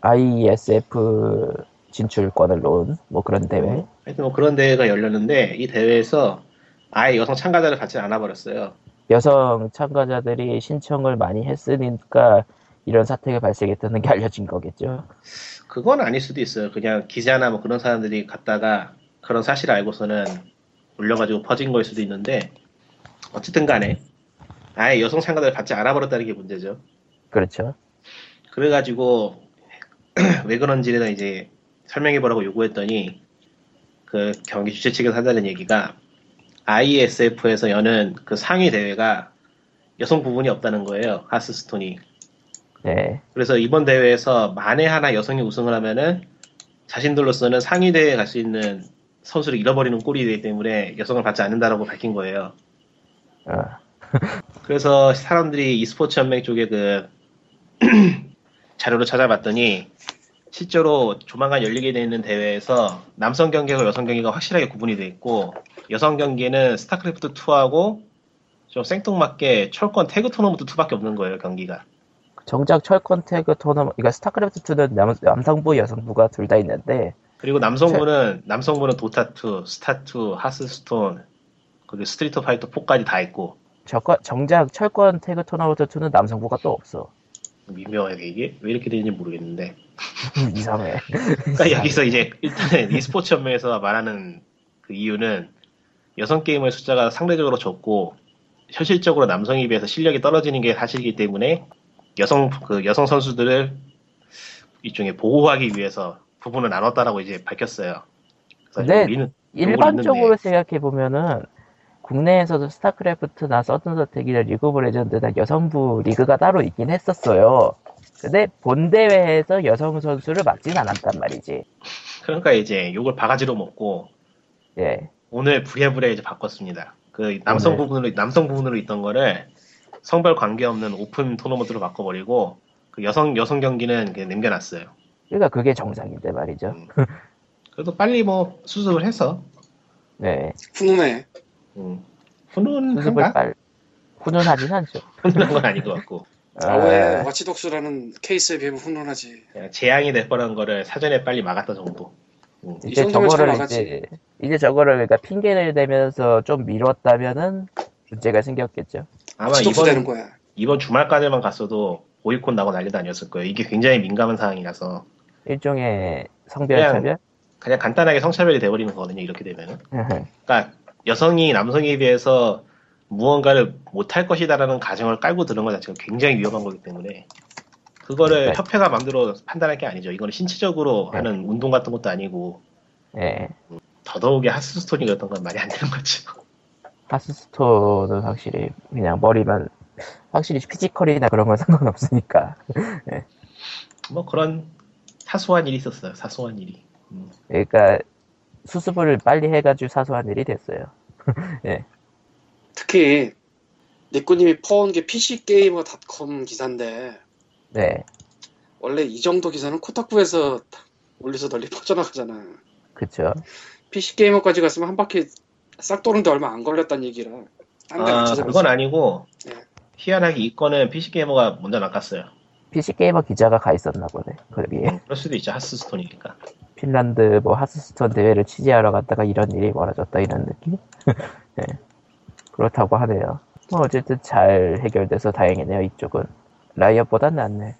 IESF 진출권을 놓은 뭐 그런 대회.
하여튼 뭐 그런 대회가 열렸는데 이 대회에서 아예 여성 참가자를 받지 않아 버렸어요
여성 참가자들이 신청을 많이 했으니까 이런 사태가 발생했다는 게 알려진 거겠죠.
그건 아닐 수도 있어요 그냥 기자나 뭐 그런 사람들이 갔다가 그런 사실을 알고서는 올려가지고 퍼진 걸 수도 있는데 어쨌든 간에 아예 여성 참가자를 받지 않아 버렸다는 게 문제죠
그렇죠.
그래가지고 왜 그런지에 대한 이제 설명해보라고 요구했더니 그 경기 주최 측에서 한다는 얘기가 ISF에서 여는 그 상위 대회가 여성 부분이 없다는 거예요 하스스톤이
네.
그래서 이번 대회에서 만에 하나 여성이 우승을 하면은 자신들로서는 상위 대회에 갈 수 있는 선수를 잃어버리는 꼴이 되기 때문에 여성을 받지 않는다라고 밝힌 거예요
어.
그래서 사람들이 e스포츠 연맹 쪽에 그 자료를 찾아봤더니 실제로 조만간 열리게 되는 대회에서 남성 경기와 여성 경기가 확실하게 구분이 돼 있고 여성 경기는 스타크래프트 2하고 좀 생뚱맞게 철권 태그 토너먼트 2밖에 없는 거예요 경기가
정작 철권 태그 토너먼트, 그러니까 스타크래프트 2는 남, 남성부, 여성부가 둘 다 있는데,
그리고 남성부는 남성부는 도타 2, 스타 2, 하스스톤 그리고 스트리트 파이터 4까지 다 있고
저거- 정작 철권 태그 토너먼트 2는 남성부가 또 없어.
미묘하게 이게 왜 이렇게 되는지 모르겠는데
이상해.
그러니까 여기서 이제 일단은 e스포츠 연맹에서 말하는 그 이유는 여성 게이머의 숫자가 상대적으로 적고 현실적으로 남성에 비해서 실력이 떨어지는 게 사실이기 때문에 여성 그 여성 선수들을 일종의 보호하기 위해서 부분을 나눴다라고 이제 밝혔어요. 그래서
네.
우리는 네.
일반적으로
있는데.
생각해보면은, 국내에서도 스타크래프트나 서든서택이나 리그 오브 레전드나 여성부 리그가 따로 있긴 했었어요. 근데 본대회에서 여성 선수를 막진 않았단 말이지.
그러니까 이제 요걸 바가지로 먹고
예.
오늘 부랴부랴 이제 바꿨습니다. 그 남성
오늘.
부분으로 남성 부분으로 있던 거를 성별 관계 없는 오픈 토너먼트로 바꿔버리고 그 여성 여성 경기는 그냥 남겨놨어요.
그러니까 그게 정상인데 말이죠.
그래도 빨리 뭐 수습을 해서
네.
훈훈해.
음,
수습을
훈훈한가?
빨, 훈훈하진 않죠. 예.
훈훈한 건 아닌 것 같고
아,
예.
왜 와치독스라는 케이스에 비하면 훈훈하지.
그냥 네, 재앙이 될 뻔한 거를 사전에 빨리 막았다 정도 음,
이
이제
정도면
저거를
잘
이제 이제 저거를 그러니까 핑계를 대면서 좀 미뤘다면은 문제가 생겼겠죠.
아마
와치독스 되는
이번,
거야.
이번 주말까지만 갔어도 오이콘 나고 난리도 아니었을 거예요 이게 굉장히 민감한 상황이라서
일종의 성별
그냥-
차별.
그냥 간단하게 성차별이 돼버리는 거거든요 이렇게 되면은 그러니까 여성이 남성에 비해서 무언가를 못할 것이다라는 가정을 깔고 드는 것 자체가 굉장히 위험한 거기 때문에 그거를
네.
협회가 마음대로 판단할 게 아니죠 이거는 신체적으로
네.
하는 운동 같은 것도 아니고
예.
더더욱이 하스스톤이 그랬던 건 말이 안 되는 거죠.
하스스톤은 확실히 그냥 머리만 확실히 피지컬이나 그런 건 상관없으니까.
뭐 그런 사소한 일이 있었어요. 사소한 일이. 음.
그러니까 수습을 빨리 해가지고 사소한 일이 됐어요.
특히 니꾸님이 퍼온 게 PC게이머.com 기사인데
네.
원래 이 정도 기사는 코타쿠에서 올려서 널리 퍼져나가잖아.
그쵸.
PC게이머까지 갔으면 한 바퀴 싹 도는데 얼마 안 걸렸단 얘기라. 딴데안
아,
찾아봤어.
그건 아니고
네.
희한하게 이 건은 PC 게이머가 먼저 낚았어요.
PC게이머 기자가 가 있었나 보네. 거기에.
음, 그럴 수도 있죠. 하스스톤이니까.
핀란드 뭐 하스스톤 대회를 취재하러 갔다가 이런 일이 벌어졌다 이런 느낌? 네. 그렇다고 하네요. 뭐 어쨌든 잘 해결돼서 다행이네요 이쪽은 라이엇보단 낫네.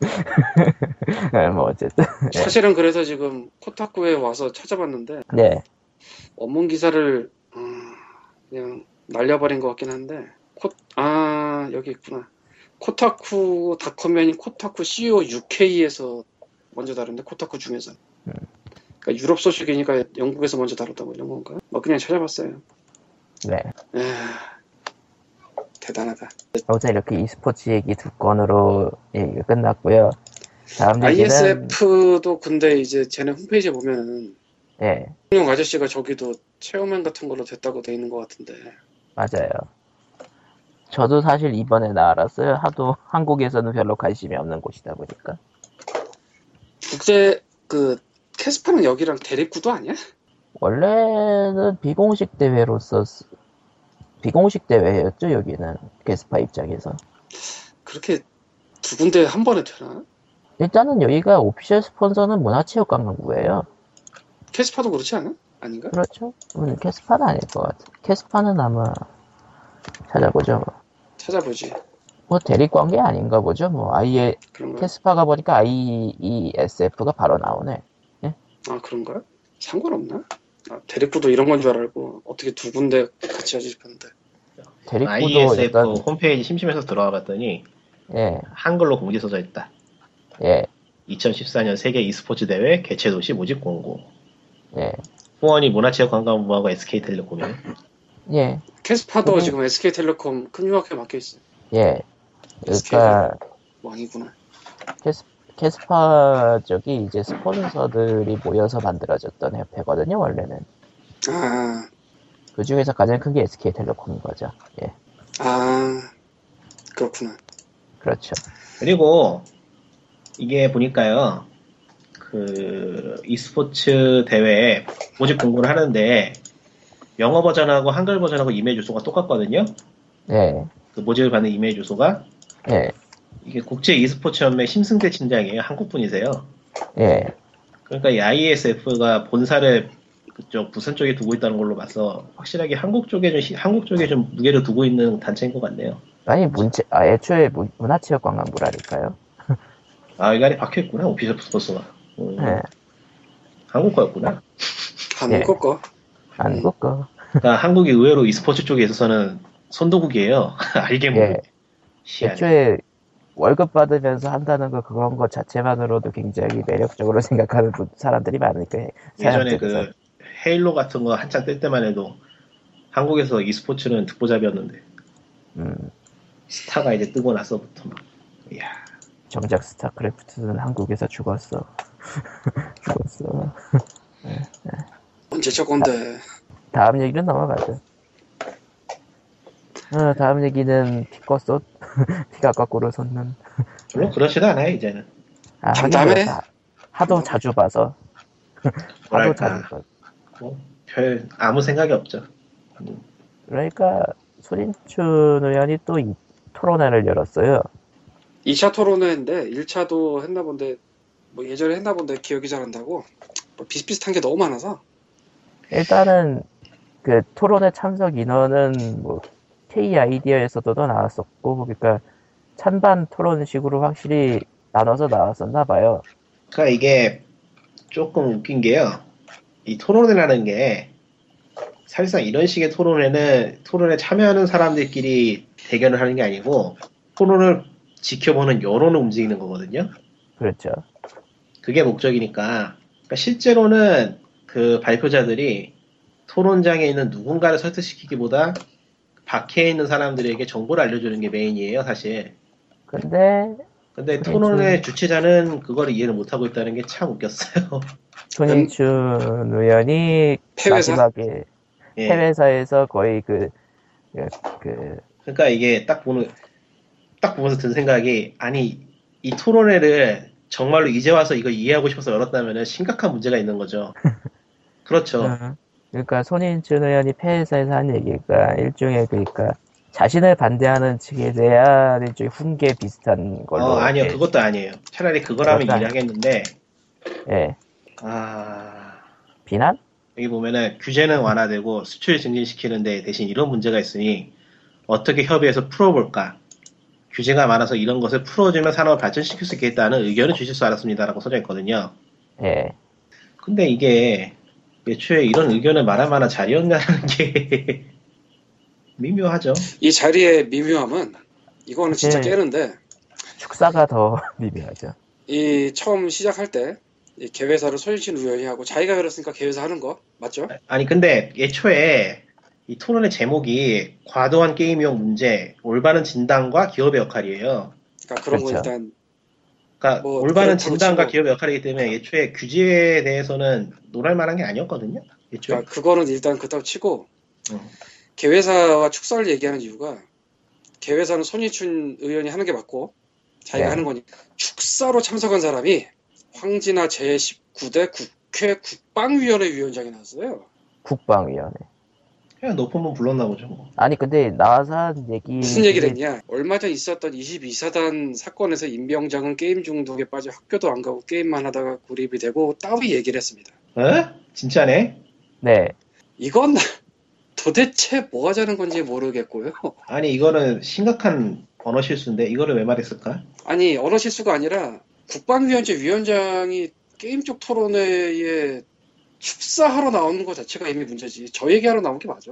네, 뭐 어쨌든
사실은 그래서 지금 코타쿠에 와서 찾아봤는데
네
원문 기사를 음, 그냥 날려버린 것 같긴 한데 코, 아 여기 있구나 코타쿠 닷컴면이 코타쿠 CO UK에서 먼저 다룬데 코타쿠 중에서 그러니까 유럽 소식이니까 영국에서 먼저 다뤘다고 이런 건가? 뭐 그냥 찾아봤어요.
네.
에휴, 대단하다.
어제 이렇게 e스포츠 얘기 두 건으로 얘기가 끝났고요. 다음 얘기는
ISF도 근데 이제 쟤네 홈페이지에 보면은
예
홍용 아저씨가 저기도 체험형 같은 걸로 됐다고 돼 있는 것 같은데
맞아요. 저도 사실 이번에 나 알았어요. 하도 한국에서는 별로 관심이 없는 곳이다 보니까.
국제 그 캐스파는 여기랑 대립구도 아니야?
원래는 비공식 대회로서 쓰- 비공식 대회였죠 여기는 게스파 입장에서
그렇게 두 군데 한 번에 되나?
일단은 여기가 오피셜 스폰서는 문화체육관광부예요
캐스파도 그렇지 않아? 아닌가?
그렇죠 음, 캐스파는 아닐 것 같아 캐스파는 아마 찾아보죠 뭐.
찾아보지
뭐 대립관계 아닌가 보죠 뭐 아예
그런가?
캐스파가 보니까 IESF가 바로 나오네
아 그런가? 상관없나? 아, 대립구도 이런 건 줄 알고 어떻게 두 군데 같이 하지 싶었는데
대립구도
ISF
일단
홈페이지 심심해서 들어와 봤더니
예,
한글로 공지 써져 있다.
예,
2014년 세계 e스포츠 대회 개최 도시 모집 공고.
예,
후원이 문화체육관광부하고 SK텔레콤이네.
예,
캐스파도
음.
지금 SK텔레콤 금융학회 맡겨 있어
예. 그러니까
왕이구나
캐스, 캐스파 쪽이 이제 스폰서들이 모여서 만들어졌던 협회거든요, 원래는.
아,
그 중에서 가장 큰 게 SK텔레콤인 거죠. 예,
아 그렇구나
그렇죠.
그리고 이게 보니까요. 그 e스포츠 대회 모집 공고를 하는데 영어 버전하고 한글 버전하고 이메일 주소가 똑같거든요.
예,
그 모집을 받는 이메일 주소가
예,
이게 국제 e스포츠 연맹 심승대 팀장이에요. 한국 분이세요.
예,
그러니까 이 ISF가 본사를 그쪽 부산 쪽에 두고 있다는 걸로 봐서 확실하게 한국 쪽에 좀 시- 한국 쪽에 좀 무게를 두고 있는 단체인 것 같네요.
아니, 문체, 아, 애초에 문, 문화체육관광부라니까요.
아 이거 안에 박혀 있구나 오피셜 스포츠가. 음,
예,
한국 거였구나.
한국 거
한국 거.
그러니까 한국이 의외로 e스포츠 쪽에 있어서는 선도국이에요. 알게 모르게.
예.
시안에.
애초에 월급 받으면서 한다는 거, 그런 거 자체만으로도 굉장히 매력적으로 생각하는 분- 사람들이 많으니까.
예전에
사람들에서.
그 헤일로 같은 거 한창 뜰 때만 해도 한국에서 e스포츠는 듣보잡이었는데
음,
스타가 이제 뜨고 나서부터 막 이야
정작 스타크래프트는 한국에서 죽었어. 죽었어.
언제 저건데
다음 얘기로 넘어가죠. 어, 다음 얘기는 피꺼 쏟, 피가 거꾸로 솟는. 네.
별로 그렇지도 않아요 이제는.
아, 하긴
간담회?
그렇다. 하도 자주 봐서. 하도 자주
뭐랄까.
봐서.
별 아무 생각이 없죠. 음,
그러니까, 소린춘 의원이 또 이, 토론회를 열었어요.
2차 토론회인데 1차도 했나 본데 뭐 예전에 했나 본데 기억이 잘 안 나고 뭐 비슷비슷한 게 너무 많아서
일단은, 그 토론회 참석 인원은 뭐, K 아이디어에서도 나왔었고, 그러니까, 찬반 토론식으로 확실히 나눠서 나왔었나봐요.
그러니까 이게 조금 웃긴 게요. 이 토론회라는 게 사실상 이런 식의 토론회는 토론에 참여하는 사람들끼리 대결을 하는 게 아니고 토론을 지켜보는 여론을 움직이는 거거든요.
그렇죠.
그게 목적이니까. 그러니까 실제로는 그 발표자들이 토론장에 있는 누군가를 설득시키기보다 밖에 있는 사람들에게 정보를 알려주는 게 메인이에요, 사실.
근데,
근데
그렇지.
토론의 주최자는 그걸 이해를 못하고 있다는 게 참 웃겼어요.
소린춘 의원이
폐회사
마지막에
예.
네, 해외사에서 거의 그, 그, 그,
그러니까 이게 딱 보는 딱 보면서 든 생각이 아니 이 토론회를 정말로 이제 와서 이걸 이해하고 싶어서 열었다면 심각한 문제가 있는 거죠. 그렇죠.
어, 그러니까 손인준 의원이 폐회사에서 한 얘기가 일종의 그러니까 자신을 반대하는 측에 대한 일종의 훈계 비슷한 걸로.
어, 아니요
예,
그것도 아니에요. 차라리 그거라면
그것도
일을 하겠는데
예.
아
비난?
여기 보면은 규제는 완화되고 수출 증진시키는데 대신 이런 문제가 있으니 어떻게 협의해서 풀어볼까? 규제가 많아서 이런 것을 풀어주면 산업을 발전시킬 수 있겠다는 의견을 주실 수 알았습니다라고 써져 있거든요.
예.
근데 이게 애초에 이런 의견을 말할 만한 자리였냐는 게 미묘하죠.
이 자리의 미묘함은 이거는 진짜
네.
깨는데
축사가 더 미묘하죠.
이 처음 시작할 때 이 개회사를 소신신 우연히 하고 자기가 그랬으니까 개회사 하는 거 맞죠?
아니 근데 애초에 이 토론의 제목이 과도한 게임용 문제, 올바른 진단과 기업의 역할이에요.
그러니까 그런 건
그렇죠.
일단
그러니까
뭐 그렇다고
올바른 진단과
치고.
기업의 역할이기 때문에 애초에 규제에 대해서는 논할 만한 게 아니었거든요. 애초에
그러니까 그거는 일단 그렇다고 치고
음.
개회사와 축사를 얘기하는 이유가 개회사는 손희춘 의원이 하는 게 맞고 자기가
네.
하는 거니까 축사로 참석한 사람이 황진아 제19대 국회 국방위원회 위원장이 나왔어요.
국방위원회.
그냥 높은 분 불렀나 보죠. 뭐.
아니 근데 나와서 한 얘기
무슨 얘기를 했냐? 얼마 전 있었던 22사단 사건에서 임병장은 게임 중독에 빠져 학교도 안 가고 게임만 하다가 구립이 되고 따위 얘기를 했습니다.
어? 진짜네?
네.
이건 도대체 뭐 하자는 건지 모르겠고요.
아니 이거는 심각한 언어 실수인데 이거를 왜 말했을까?
아니 언어 실수가 아니라 국방위원회 위원장이 게임 쪽 토론회에 축사하러 나오는 것 자체가 이미 문제지. 저 얘기하러 나온 게 맞아.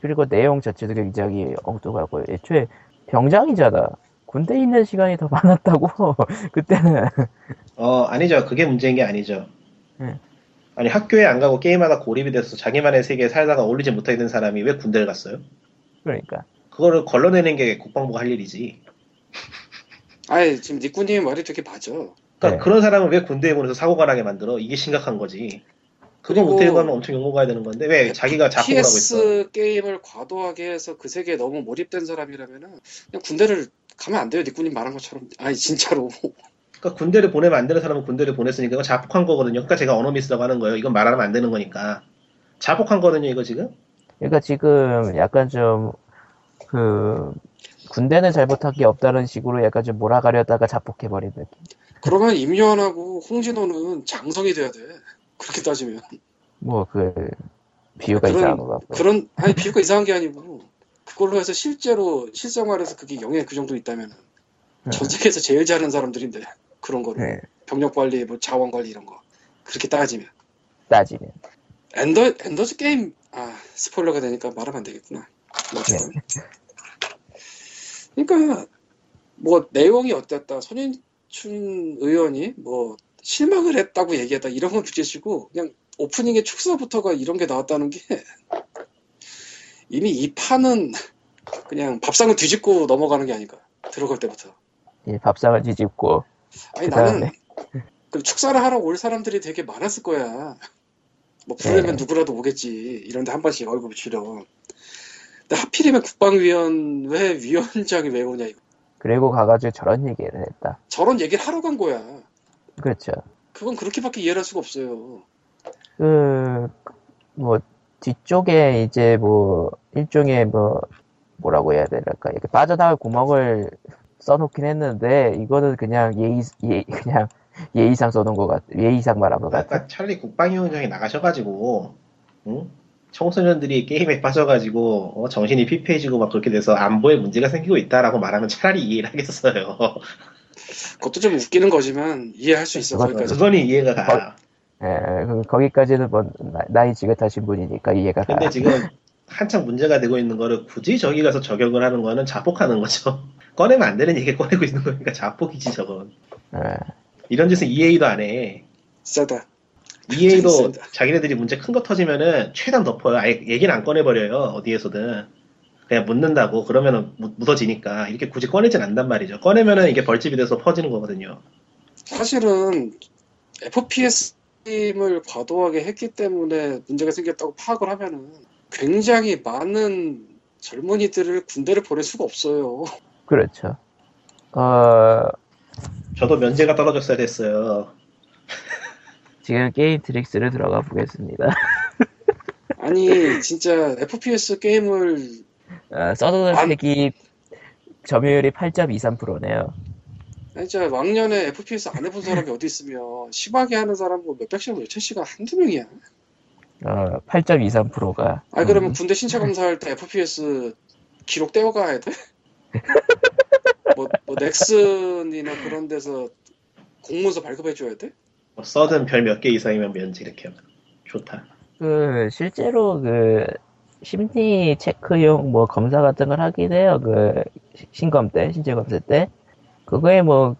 그리고 내용 자체도 굉장히 엉뚱하고 애초에 병장이잖아. 군대 있는 시간이 더 많았다고 그때는
어 아니죠. 그게 문제인 게 아니죠.
네.
아니 학교에 안 가고 게임하다 고립이 돼서 자기만의 세계에 살다가 어울리지 못하게 된 사람이 왜 군대를 갔어요?
그러니까
그거를 걸러내는 게 국방부가 할 일이지.
아니 지금 니꾸님이 말이 되게 맞아.
그러니까
네.
그런 사람을 왜 군대에 보내서 사고가 나게 만들어? 이게 심각한 거지. 그거
그리고- 그
못하고 하면 엄청 욕먹 가야 되는 건데 왜 자기가 작곡을 하고 있어?
PS 게임을 과도하게 해서 그 세계에 너무 몰입된 사람이라면은 그냥 군대를 가면 안 돼요. 니꾸님 말한 것처럼. 아니 진짜로.
그러니까 군대를 보내면 안 되는 사람은 군대를 보냈으니까 이거 자폭한 거거든요. 그러니까 제가 언어미스라고 하는 거예요. 이건 말하면 안 되는 거니까. 자폭한 거거든요, 이거 지금?
그러니까 지금 약간 좀 그 군대는 잘못한 게 없다는 식으로 약간 좀 몰아가려다가 자폭해버린 느낌.
그러면 임요환하고 홍진호는 장성이 돼야 돼. 그렇게 따지면
뭐 그 비유가
그런-
이상한 것 같고.
그런 아니 비유가 이상한 게 아니고 그걸로 해서 실제로 실생활에서 그게 영향이 그 정도 있다면 전 세계에서 제일 잘하는 사람들인데 그런 거를
네.
병력 관리, 뭐 자원 관리 이런 거 그렇게 따지면
따지면.
엔더 엔더즈 게임 아 스포일러가 되니까 말하면 안 되겠구나. 뭐 어쨌건. 그러니까 뭐 내용이 어땠다 손인춘 의원이 뭐 실망을 했다고 얘기했다 이런 건 둘째치고 그냥 오프닝에 축사부터가 이런 게 나왔다는 게 이미 이 판은 그냥 밥상을 뒤집고 넘어가는 게 아닌가 들어갈 때부터
예, 밥상을 뒤집고
아니
그다음에.
나는 그 축사를 하러 올 사람들이 되게 많았을 거야. 뭐 부르면
네.
누구라도 오겠지. 이런데 한 번씩 얼굴 줄여. 근데 하필이면 국방위원회 위원장이 왜 오냐 이거.
그리고 가가지고 저런 얘기를 했다.
저런 얘기를 하러 간 거야.
그렇죠.
그건 그렇게밖에 이해할 를 수가 없어요.
그, 뭐, 뒤쪽에 이제 뭐, 일종의 뭐, 뭐라고 해야 될까. 이렇게 빠져나갈 구멍을 써놓긴 했는데, 이거는 그냥 예의, 예, 그냥 예의상 써놓은 것 같, 예의상 말한 것 같아.
뭐 아까 찰리 국방위원장이 나가셔가지고 응? 청소년들이 게임에 빠져가지고 어, 정신이 피폐해지고 막 그렇게 돼서 안보에 문제가 생기고 있다라고 말하면 차라리 이해를 하겠어요.
그것도 좀 웃기는 거지만 이해할 수 있어.
그건-
거기까지.
그건 이해가 가.
예, 그- 거기까지는 뭐, 나- 나이 지긋하신 분이니까 이해가 가.
근데 지금 한창 문제가 되고 있는 거를 굳이 저기 가서 저격을 하는 거는 자폭하는 거죠. 꺼내면 안 되는 얘기 꺼내고 있는 거니까 자폭이지 저건.
예,
이런 짓은 EA도 안 해.
싸다.
EA도
재밌습니다.
자기네들이 문제 큰 거 터지면은 최대한 덮어요. 아예 얘기는 안 꺼내버려요. 어디에서든. 그냥 묻는다고. 그러면은 묻- 묻어지니까. 이렇게 굳이 꺼내진 않단 말이죠. 꺼내면은 이게 벌집이 돼서 퍼지는 거거든요.
사실은 FPS 게임을 과도하게 했기 때문에 문제가 생겼다고 파악을 하면은 굉장히 많은 젊은이들을 군대를 보낼 수가 없어요.
그렇죠. 어,
저도 면제가 떨어졌어야 됐어요.
지금 게임 트릭스를 들어가 보겠습니다.
아니 진짜 FPS 게임을
어, 써놓은
안-
색이 점유율이 8.23%네요.
진짜 왕년에 FPS 안 해본 사람이 어디 있으며 심하게 하는 사람은 뭐 몇백 시간 몇천 시간 한두 명이야.
어, 8.23%가.
아 그러면 군대 신체 검사할 때 FPS 기록 떼어가야 돼? 뭐, 뭐 넥슨이나 그런 데서 공문서 발급해줘야 돼?
뭐 써든 별 몇 개 이상이면 면제 이렇게 하면 좋다.
그 실제로 그 심리 체크용 뭐 검사 같은 걸 하긴 해요. 그 시- 신검 때 신체 검사 때 그거에 뭐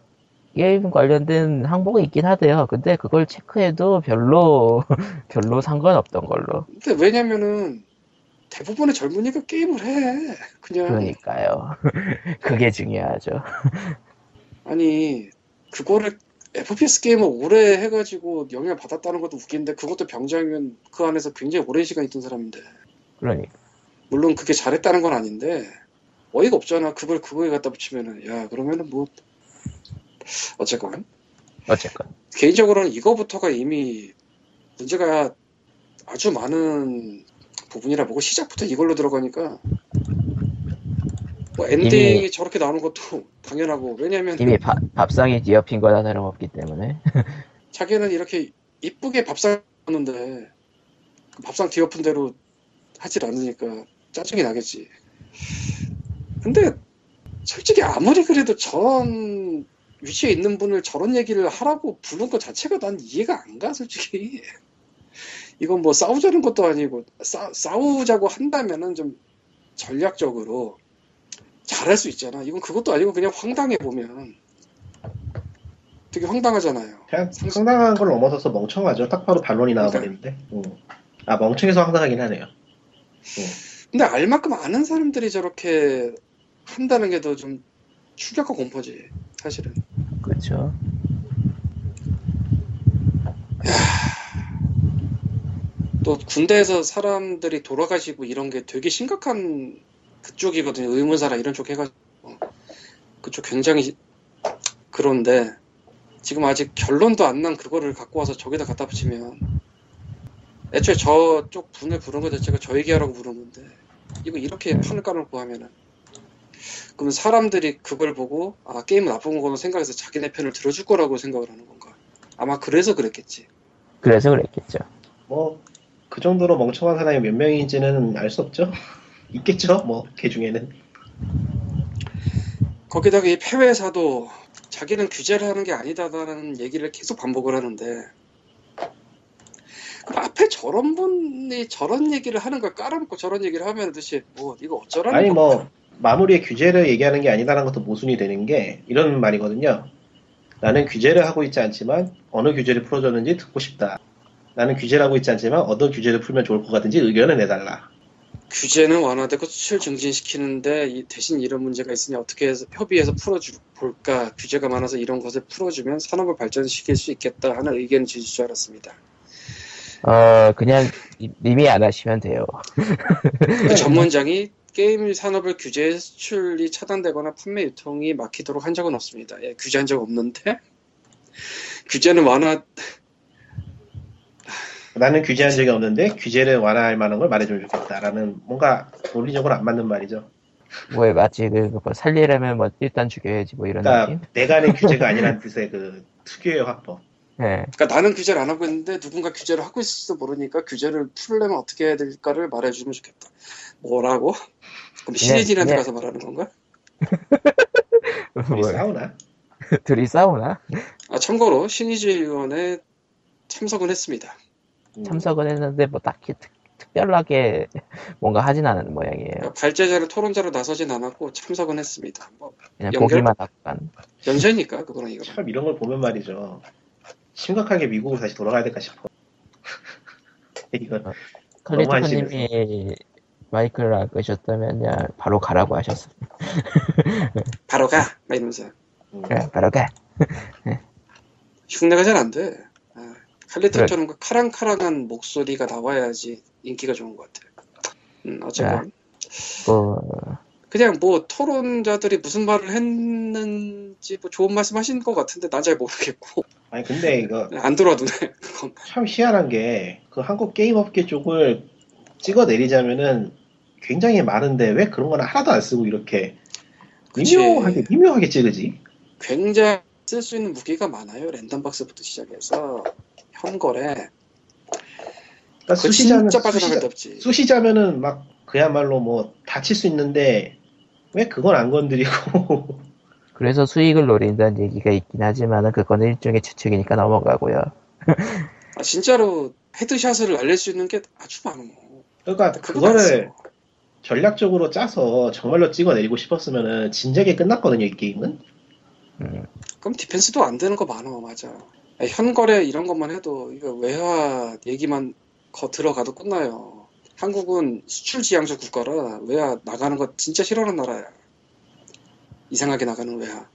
게임 관련된 항목이 있긴 하대요. 근데 그걸 체크해도 별로 별로 상관없던 걸로
근데 왜냐면은 대부분의 젊은이가 게임을 해. 그냥
그러니까요. 그게 중요하죠.
아니 그거를 FPS 게임을 오래 해가지고 영향 받았다는 것도 웃긴데 그것도 병장이면 그 안에서 굉장히 오랜 시간 있던 사람인데
그러니까
물론 그게 잘했다는 건 아닌데 어이가 없잖아. 그걸 그거에 갖다 붙이면은 야 그러면은 뭐 어쨌건
어쨌건
개인적으로는 이거부터가 이미 문제가 아주 많은 부분이라 보고 시작부터 이걸로 들어가니까 뭐 엔딩이
이미-
저렇게 나오는 것도 당연하고 왜냐면
이미 밥, 밥상이 뒤엎인 거나 다름없기 때문에
자기는 이렇게 이쁘게 밥상 하는데 그 밥상 뒤엎은 대로 하질 않으니까 짜증이 나겠지. 근데 솔직히 아무리 그래도 전 위치에 있는 분을 저런 얘기를 하라고 부른 것 자체가 난 이해가 안 가, 솔직히. 이건 뭐 싸우자는 것도 아니고 싸, 싸우자고 한다면은 좀 전략적으로 잘할 수 있잖아. 이건 그것도 아니고 그냥 황당해 보면 되게 황당하잖아요.
그냥 상당한 걸 넘어서서 멍청하죠. 딱 봐도 반론이 나와버리는데. 음. 아 멍청해서 황당하긴 하네요.
근데 알만큼 아는 사람들이 저렇게 한다는 게 더 좀 충격과 공포지 사실은
그렇죠.
또 군대에서 사람들이 돌아가시고 이런 게 되게 심각한 그쪽이거든요 의문사나 이런 쪽 해가지고 그쪽 굉장히 그런데 지금 아직 결론도 안 난 그거를 갖고 와서 저기다 갖다 붙이면 애초에 저쪽 분을 부른 거 자체가 저 얘기하라고 부른 건데 이거 이렇게 판을 까놓고 하면은 그럼 사람들이 그걸 보고 아 게임은 나쁜 거구나 생각해서 자기네 편을 들어줄 거라고 생각을 하는 건가 아마 그래서 그랬겠지
그래서 그랬겠죠.
뭐 그 정도로 멍청한 사람이 몇 명인지는 알 수 없죠. 있겠죠. 뭐 개 중에는.
거기다가 이 폐회사도 자기는 규제를 하는 게 아니다라는 얘기를 계속 반복을 하는데 그 앞에 저런 분이 저런 얘기를 하는 걸 깔아놓고 저런 얘기를 하면 도대체 뭐 이거 어쩌라는
아니
건가?
뭐 마무리에 규제를 얘기하는 게 아니다라는 것도 모순이 되는 게 이런 말이거든요. 나는 규제를 하고 있지 않지만 어느 규제를 풀어줬는지 듣고 싶다. 나는 규제를 하고 있지 않지만 어떤 규제를 풀면 좋을 것 같은지 의견을 내달라.
규제는 완화되고 수출 증진시키는데 이- 대신 이런 문제가 있으니 어떻게 해서 협의해서 풀어볼까 규제가 많아서 이런 것을 풀어주면 산업을 발전시킬 수 있겠다 하는 의견을 주실 줄 알았습니다
어 그냥 이- 이미 안 하시면 돼요.
그 전문장이 게임 산업을 규제 수출이 차단되거나 판매 유통이 막히도록 한 적은 없습니다. 예, 규제한 적 없는데 규제는 완화
나는 규제한 적이 없는데 규제를 완화할 만한 걸 말해주면 좋겠다라는 뭔가 논리적으로 안 맞는 말이죠.
뭐 마치 그, 뭐 살리려면 뭐 일단 죽여야지 뭐 이런
그러니까
느낌.
내가 낸 규제가 아니라는 뜻의 그 특유의 화법.
예.
그러니까 나는 규제를 안 하고 있는데 누군가 규제를 하고 있을지도 모르니까 규제를 풀려면 어떻게 해야 될까를 말해주면 좋겠다. 뭐라고? 그럼 신혜진한테
예.
가서 말하는 건가?
우리
뭐,
싸우나?
둘이 싸우나?
아 참고로 신희진 의원에 참석은 했습니다.
음.
참석은 했는데 뭐 딱히 특, 특별하게 뭔가 하진 않은 모양이에요.
그러니까 발제자를 토론자로 나서진 않았고 참석은 했습니다. 뭐
그냥
연결?
보기만 약간.
연세니까 그거는 이거.
참 이런 걸 보면 말이죠. 심각하게 미국으로 다시 돌아가야 될까 싶어.
어.
이건
칼리토님이 마이크를 안 끄셨다면 그냥 바로 가라고 하셨어요.
바로 가! 막 이러면서
음,
그래, 네, 바로 가.
흉내가 잘 안 돼. 아, 칼리터처럼 그 카랑카랑한 목소리가 나와야지 인기가 좋은 것 같아. 음, 어쨌건
뭐,
그냥 뭐 토론자들이 무슨 말을 했는지 뭐 좋은 말씀 하신 것 같은데 난 잘 모르겠고
아니 근데 이거
안 들어와 눈에 그건
참 희한한 게 그 한국 게임 업계 쪽을 찍어 내리자면은 굉장히 많은데 왜 그런 건 하나도 안 쓰고 이렇게
그치.
미묘하게 미묘하게 찍으지?
굉장히 쓸 수 있는 무기가 많아요. 랜덤박스부터 시작해서 현거래 그
그러니까 수시자면
진짜 빠져나갈 데
수시자,
없지.
수시자면은 막 그야말로 뭐 다칠 수 있는데 왜 그건 안 건드리고
그래서 수익을 노린다는 얘기가 있긴 하지만은 그건 일종의 추측이니까 넘어가고요.
아, 진짜로 헤드샷을 날릴 수 있는 게 아주 많어.
그러니까
근데 아, 그건 안
그거를
써.
전략적으로 짜서 정말로 찍어내리고 싶었으면은 진작에 끝났거든요 이 게임은.
그럼 디펜스도 안 되는 거 많어, 맞아. 아니, 현거래 이런 것만 해도 이거 외화 얘기만 거 들어가도 끝나요. 한국은 수출 지향적 국가라 외화 나가는 거 진짜 싫어하는 나라야. 이상하게 나가는 외화.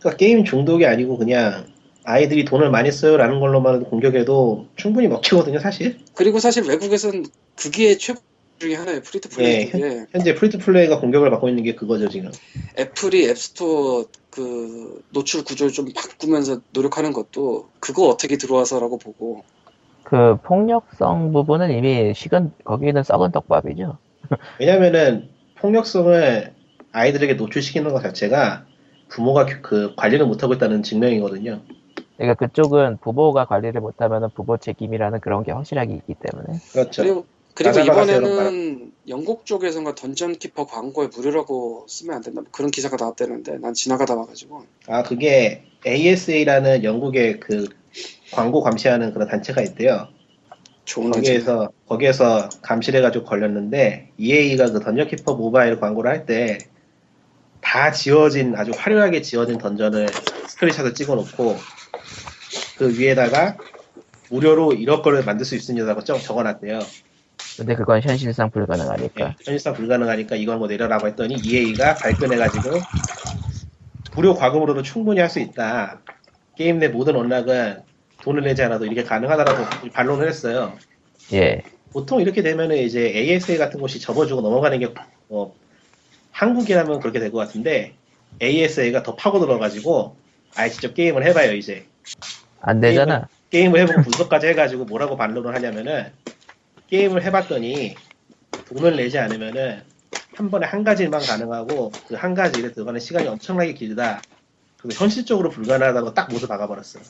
그러니까 게임 중독이 아니고 그냥 아이들이 돈을 많이 써요라는 걸로만 공격해도 충분히 먹히거든요 사실.
그리고 사실 외국에선 그게 최고 중에 하나예요. 프리트 플레이
예.
그게
현재 프리트플레이가 공격을 받고 있는 게 그거죠 지금.
애플이 앱스토어 그 노출 구조를 좀 바꾸면서 노력하는 것도 그거 어떻게 들어와서라고 보고
그 폭력성 부분은 이미 식은 거기는 썩은 떡밥이죠.
왜냐면은 폭력성을 아이들에게 노출시키는 것 자체가 부모가 그- 그 관리를 못하고 있다는 증명이거든요.
그러니까 그쪽은 부모가 관리를 못하면은 부모 책임이라는 그런 게 확실하게 있기 때문에
그렇죠.
그리고 그리고
나사바 가세요,
이번에는 영국 쪽에서가 던전 키퍼 광고에 무료라고 쓰면 안 된다 그런 기사가 나왔다는데 난 지나가다 와가지고
아 그게 ASA라는 영국의 그 광고 감시하는 그런 단체가 있대요.
좋은 단체
거기에서 거기에서 감시를 해가지고 걸렸는데 EA가 그 던전키퍼 모바일 광고를 할 때 다 지어진 아주 화려하게 지어진 던전을 스크린샷을 찍어놓고 그 위에다가 무료로 이런 거를 만들 수 있습니다라고 적- 적어놨대요.
근데 그건 현실상 불가능하니까
예, 현실상 불가능하니까 이건 뭐 내려라고 했더니 EA가 발끈해가지고 무료 과금으로도 충분히 할 수 있다. 게임 내 모든 언락은 돈을 내지 않아도 이렇게 가능하다라고 반론을 했어요.
예
보통 이렇게 되면은 이제 ASA 같은 곳이 접어주고 넘어가는 게 어, 한국이라면 그렇게 될 것 같은데 ASA가 더 파고들어가지고 아예 직접 게임을 해봐요 이제
안 되잖아.
게임을 해보고 분석까지 해가지고 뭐라고 반론을 하냐면은 게임을 해봤더니 돈을 내지 않으면은 한 번에 한 가지 일만 가능하고 그 한 가지 일에 들어가는 시간이 엄청나게 길다. 그래서 현실적으로 불가능하다고 딱 못을 박아버렸어. 요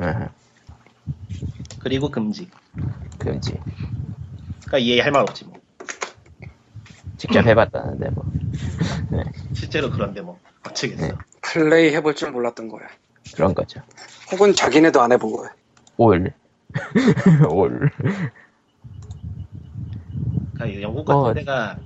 응,
그리고 금지.
금지.
그러니까 이해할 말 없지 뭐.
직접 해봤다는데 뭐.
실제로 그런데 뭐 어쩌겠어.
네.
플레이 해볼 줄 몰랐던 거야
그런 거죠.
혹은 자기네도 안 해본 거야
올. 올.
그러니까 영국
어.
같은 데가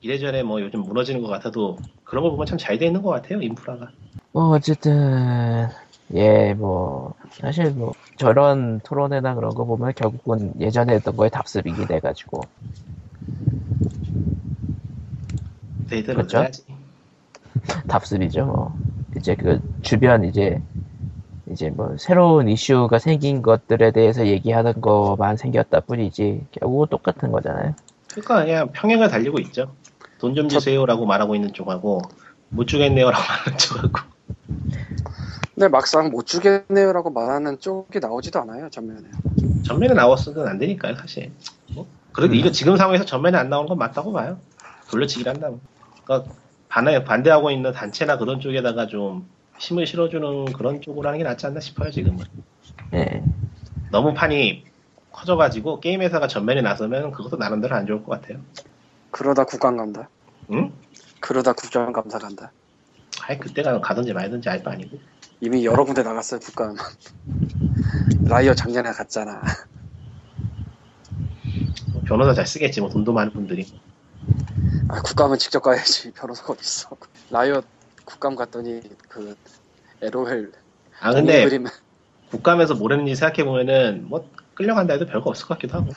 이래저래 뭐 요즘 무너지는 것 같아도 그런 걸 보면 참 잘 돼 있는 것 같아요 인프라가.
뭐, 어쨌든, 예, 뭐, 사실 뭐, 저런 토론회나 그런 거 보면 결국은 예전에 했던 거에 답습이긴 해가지고.
데이터를
그렇죠.
넣어야지.
답습이죠, 뭐. 이제 그, 주변 이제, 이제 뭐, 새로운 이슈가 생긴 것들에 대해서 얘기하는 것만 생겼다 뿐이지, 결국은 똑같은 거잖아요.
그러니까 그냥 평행을 달리고 있죠. 돈 좀 주세요라고 말하고 있는 쪽하고 못 주겠네요라고 말하는 쪽하고.
근데 막상 못 주겠네요 라고 말하는 쪽이 나오지도 않아요 전면에
전면에 나왔으면 안 되니까요, 사실. 뭐, 그래도
음.
이거 지금 상황에서 전면에 안 나오는 건 맞다고 봐요. 돌려치기를 한다면. 그러니까 반해, 반대하고 있는 단체나 그런 쪽에다가 좀 힘을 실어주는 그런 쪽으로 하는 게 낫지 않나 싶어요, 지금은.
예.
너무 판이 커져가지고 게임 회사가 전면에 나서면 그것도 나름대로 안 좋을 것 같아요.
그러다 국감 간다
응?
그러다 국정감사 간다
아예 그때가 가든지 말든지 알 바 아니고.
이미 여러 군데 나갔어요 국감 라이어 작년에 갔잖아
뭐 변호사 잘 쓰겠지, 뭐 돈도 많은 분들이.
아, 국감은 직접 가야지 변호사가 어딨어 라이엇 국감 갔더니 그 LOL
아, 근데
그림
국감에서 뭘 했는지 생각해보면은 뭐 끌려간다 해도 별거 없을 것 같기도 하고.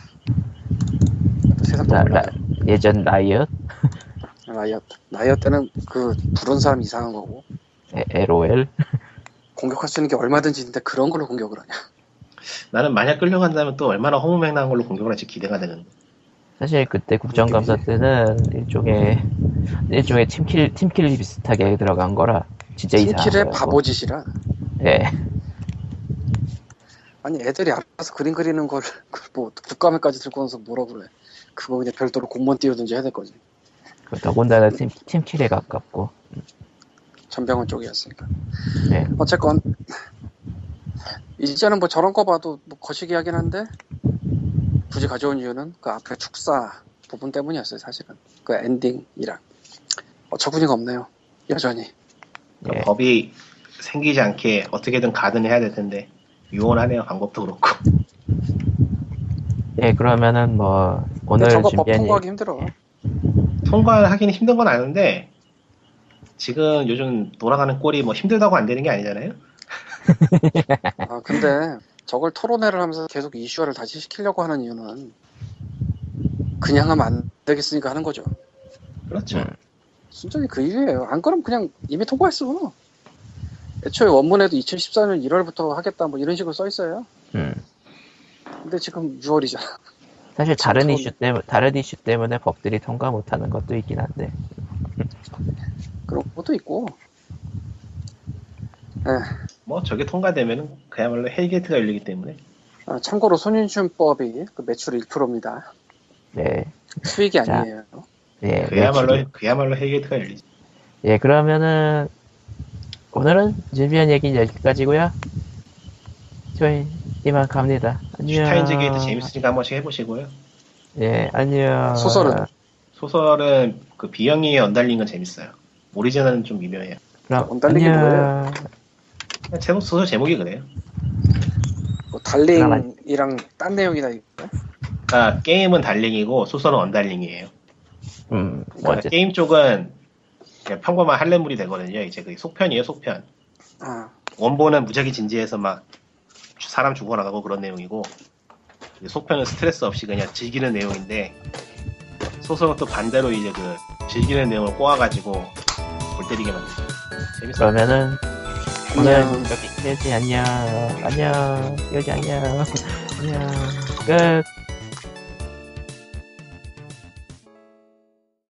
또 세상
라-
몰라
라- 예전 라이엇,
라이엇 라이엇 아, 때는 그 부른 사람 이상한 거고
에- LOL.
공격할 수 있는 게 얼마든지 있는데 그런 걸로 공격을 하냐
나는 만약 끌려간다면 또 얼마나 허무맹랑한 걸로 공격을 할지 기대가 되는데
사실 그때 국정감사 때는 일종의 일종의 팀킬 팀킬 비슷하게 들어간 거라 진짜 이상한
팀킬의
거예요.
바보짓이라
예.
아니 애들이 알아서 그림 그리는 걸 뭐 국감에까지 들고 와서 뭐라 그래 그거 그냥 별도로 공무원 띄우든지 해야 될 거지
그 더군다나 팀 팀킬에 가깝고.
전병원 쪽이었으니까
네.
어쨌건 이제는 뭐 저런 거 봐도 뭐 거시기하긴 한데 굳이 가져온 이유는 그 앞에 축사 부분 어, 때문이었어요 사실은 그 엔딩이랑 어처구니가 없네요 여전히
그러니까
예.
법이 생기지 않게 어떻게든 가든해야 될 텐데 유언하네요 방법도 그렇고
예, 그러면은 뭐 오늘
근데 저거 법
준비한 예.
통과하기 힘들어.
통과하기는 힘든 건 아는데 지금 요즘 돌아가는 꼴이 뭐 힘들다고 안 되는 게 아니잖아요
아 근데 저걸 토론회를 하면서 계속 이슈화를 다시 시키려고 하는 이유는 그냥 하면 안 되겠으니까 하는 거죠.
그렇죠
음.
순전히 그 일이에요. 안 그럼 그냥 이미 통과했어. 애초에 원문에도 2014년 1월부터 하겠다 뭐 이런 식으로 써 있어요.
음.
근데 지금 6월이잖아.
사실 다른
저는-
이슈 때문에 다른 이슈 때문에 법들이 통과 못하는 것도 있긴 한데
그런 것도 있고. 에,
뭐 저게 통과되면 그야말로 헬게이트가 열리기 때문에
아, 참고로 손인준법이 그 매출 1%입니다.
네,
수익이
자.
아니에요.
예,
그야말로
매출이-
그야말로 헬게이트가 열리지
예, 그러면은 오늘은 준비한 얘기 여기까지고요. 저희 이만 갑니다. 안녕.
슈타인즈 게이트 재밌으니까 한 번씩 해보시고요
예, 안녕.
소설은?
소설은 그 비영이에 언달린 건 재밌어요 오리지널은 좀 미묘해요
그럼
원달리기
안녕.
그냥 제목 소설 제목이 그래요
뭐 달링이랑 딴 내용이다. 이거.
아, 게임은 달링이고 소설은 언달링이에요.
음, 뭐
그러니까
어쨌든
게임 쪽은 그냥 평범한 할렘물이 되거든요. 이제 그게 속편이에요, 속편.
아,
원본은 무작위 진지해서 막 사람 죽어나가고 그런 내용이고 이제 속편은 스트레스 없이 그냥 즐기는 내용인데 소설은 또 반대로 이제 그 즐기는 내용을 꼬아가지고 골 때리게 만드죠. 재밌어요.
그러면은 오늘
안녕.
여기까지 안녕. 안녕. 여기 안녕. 안녕. 끝.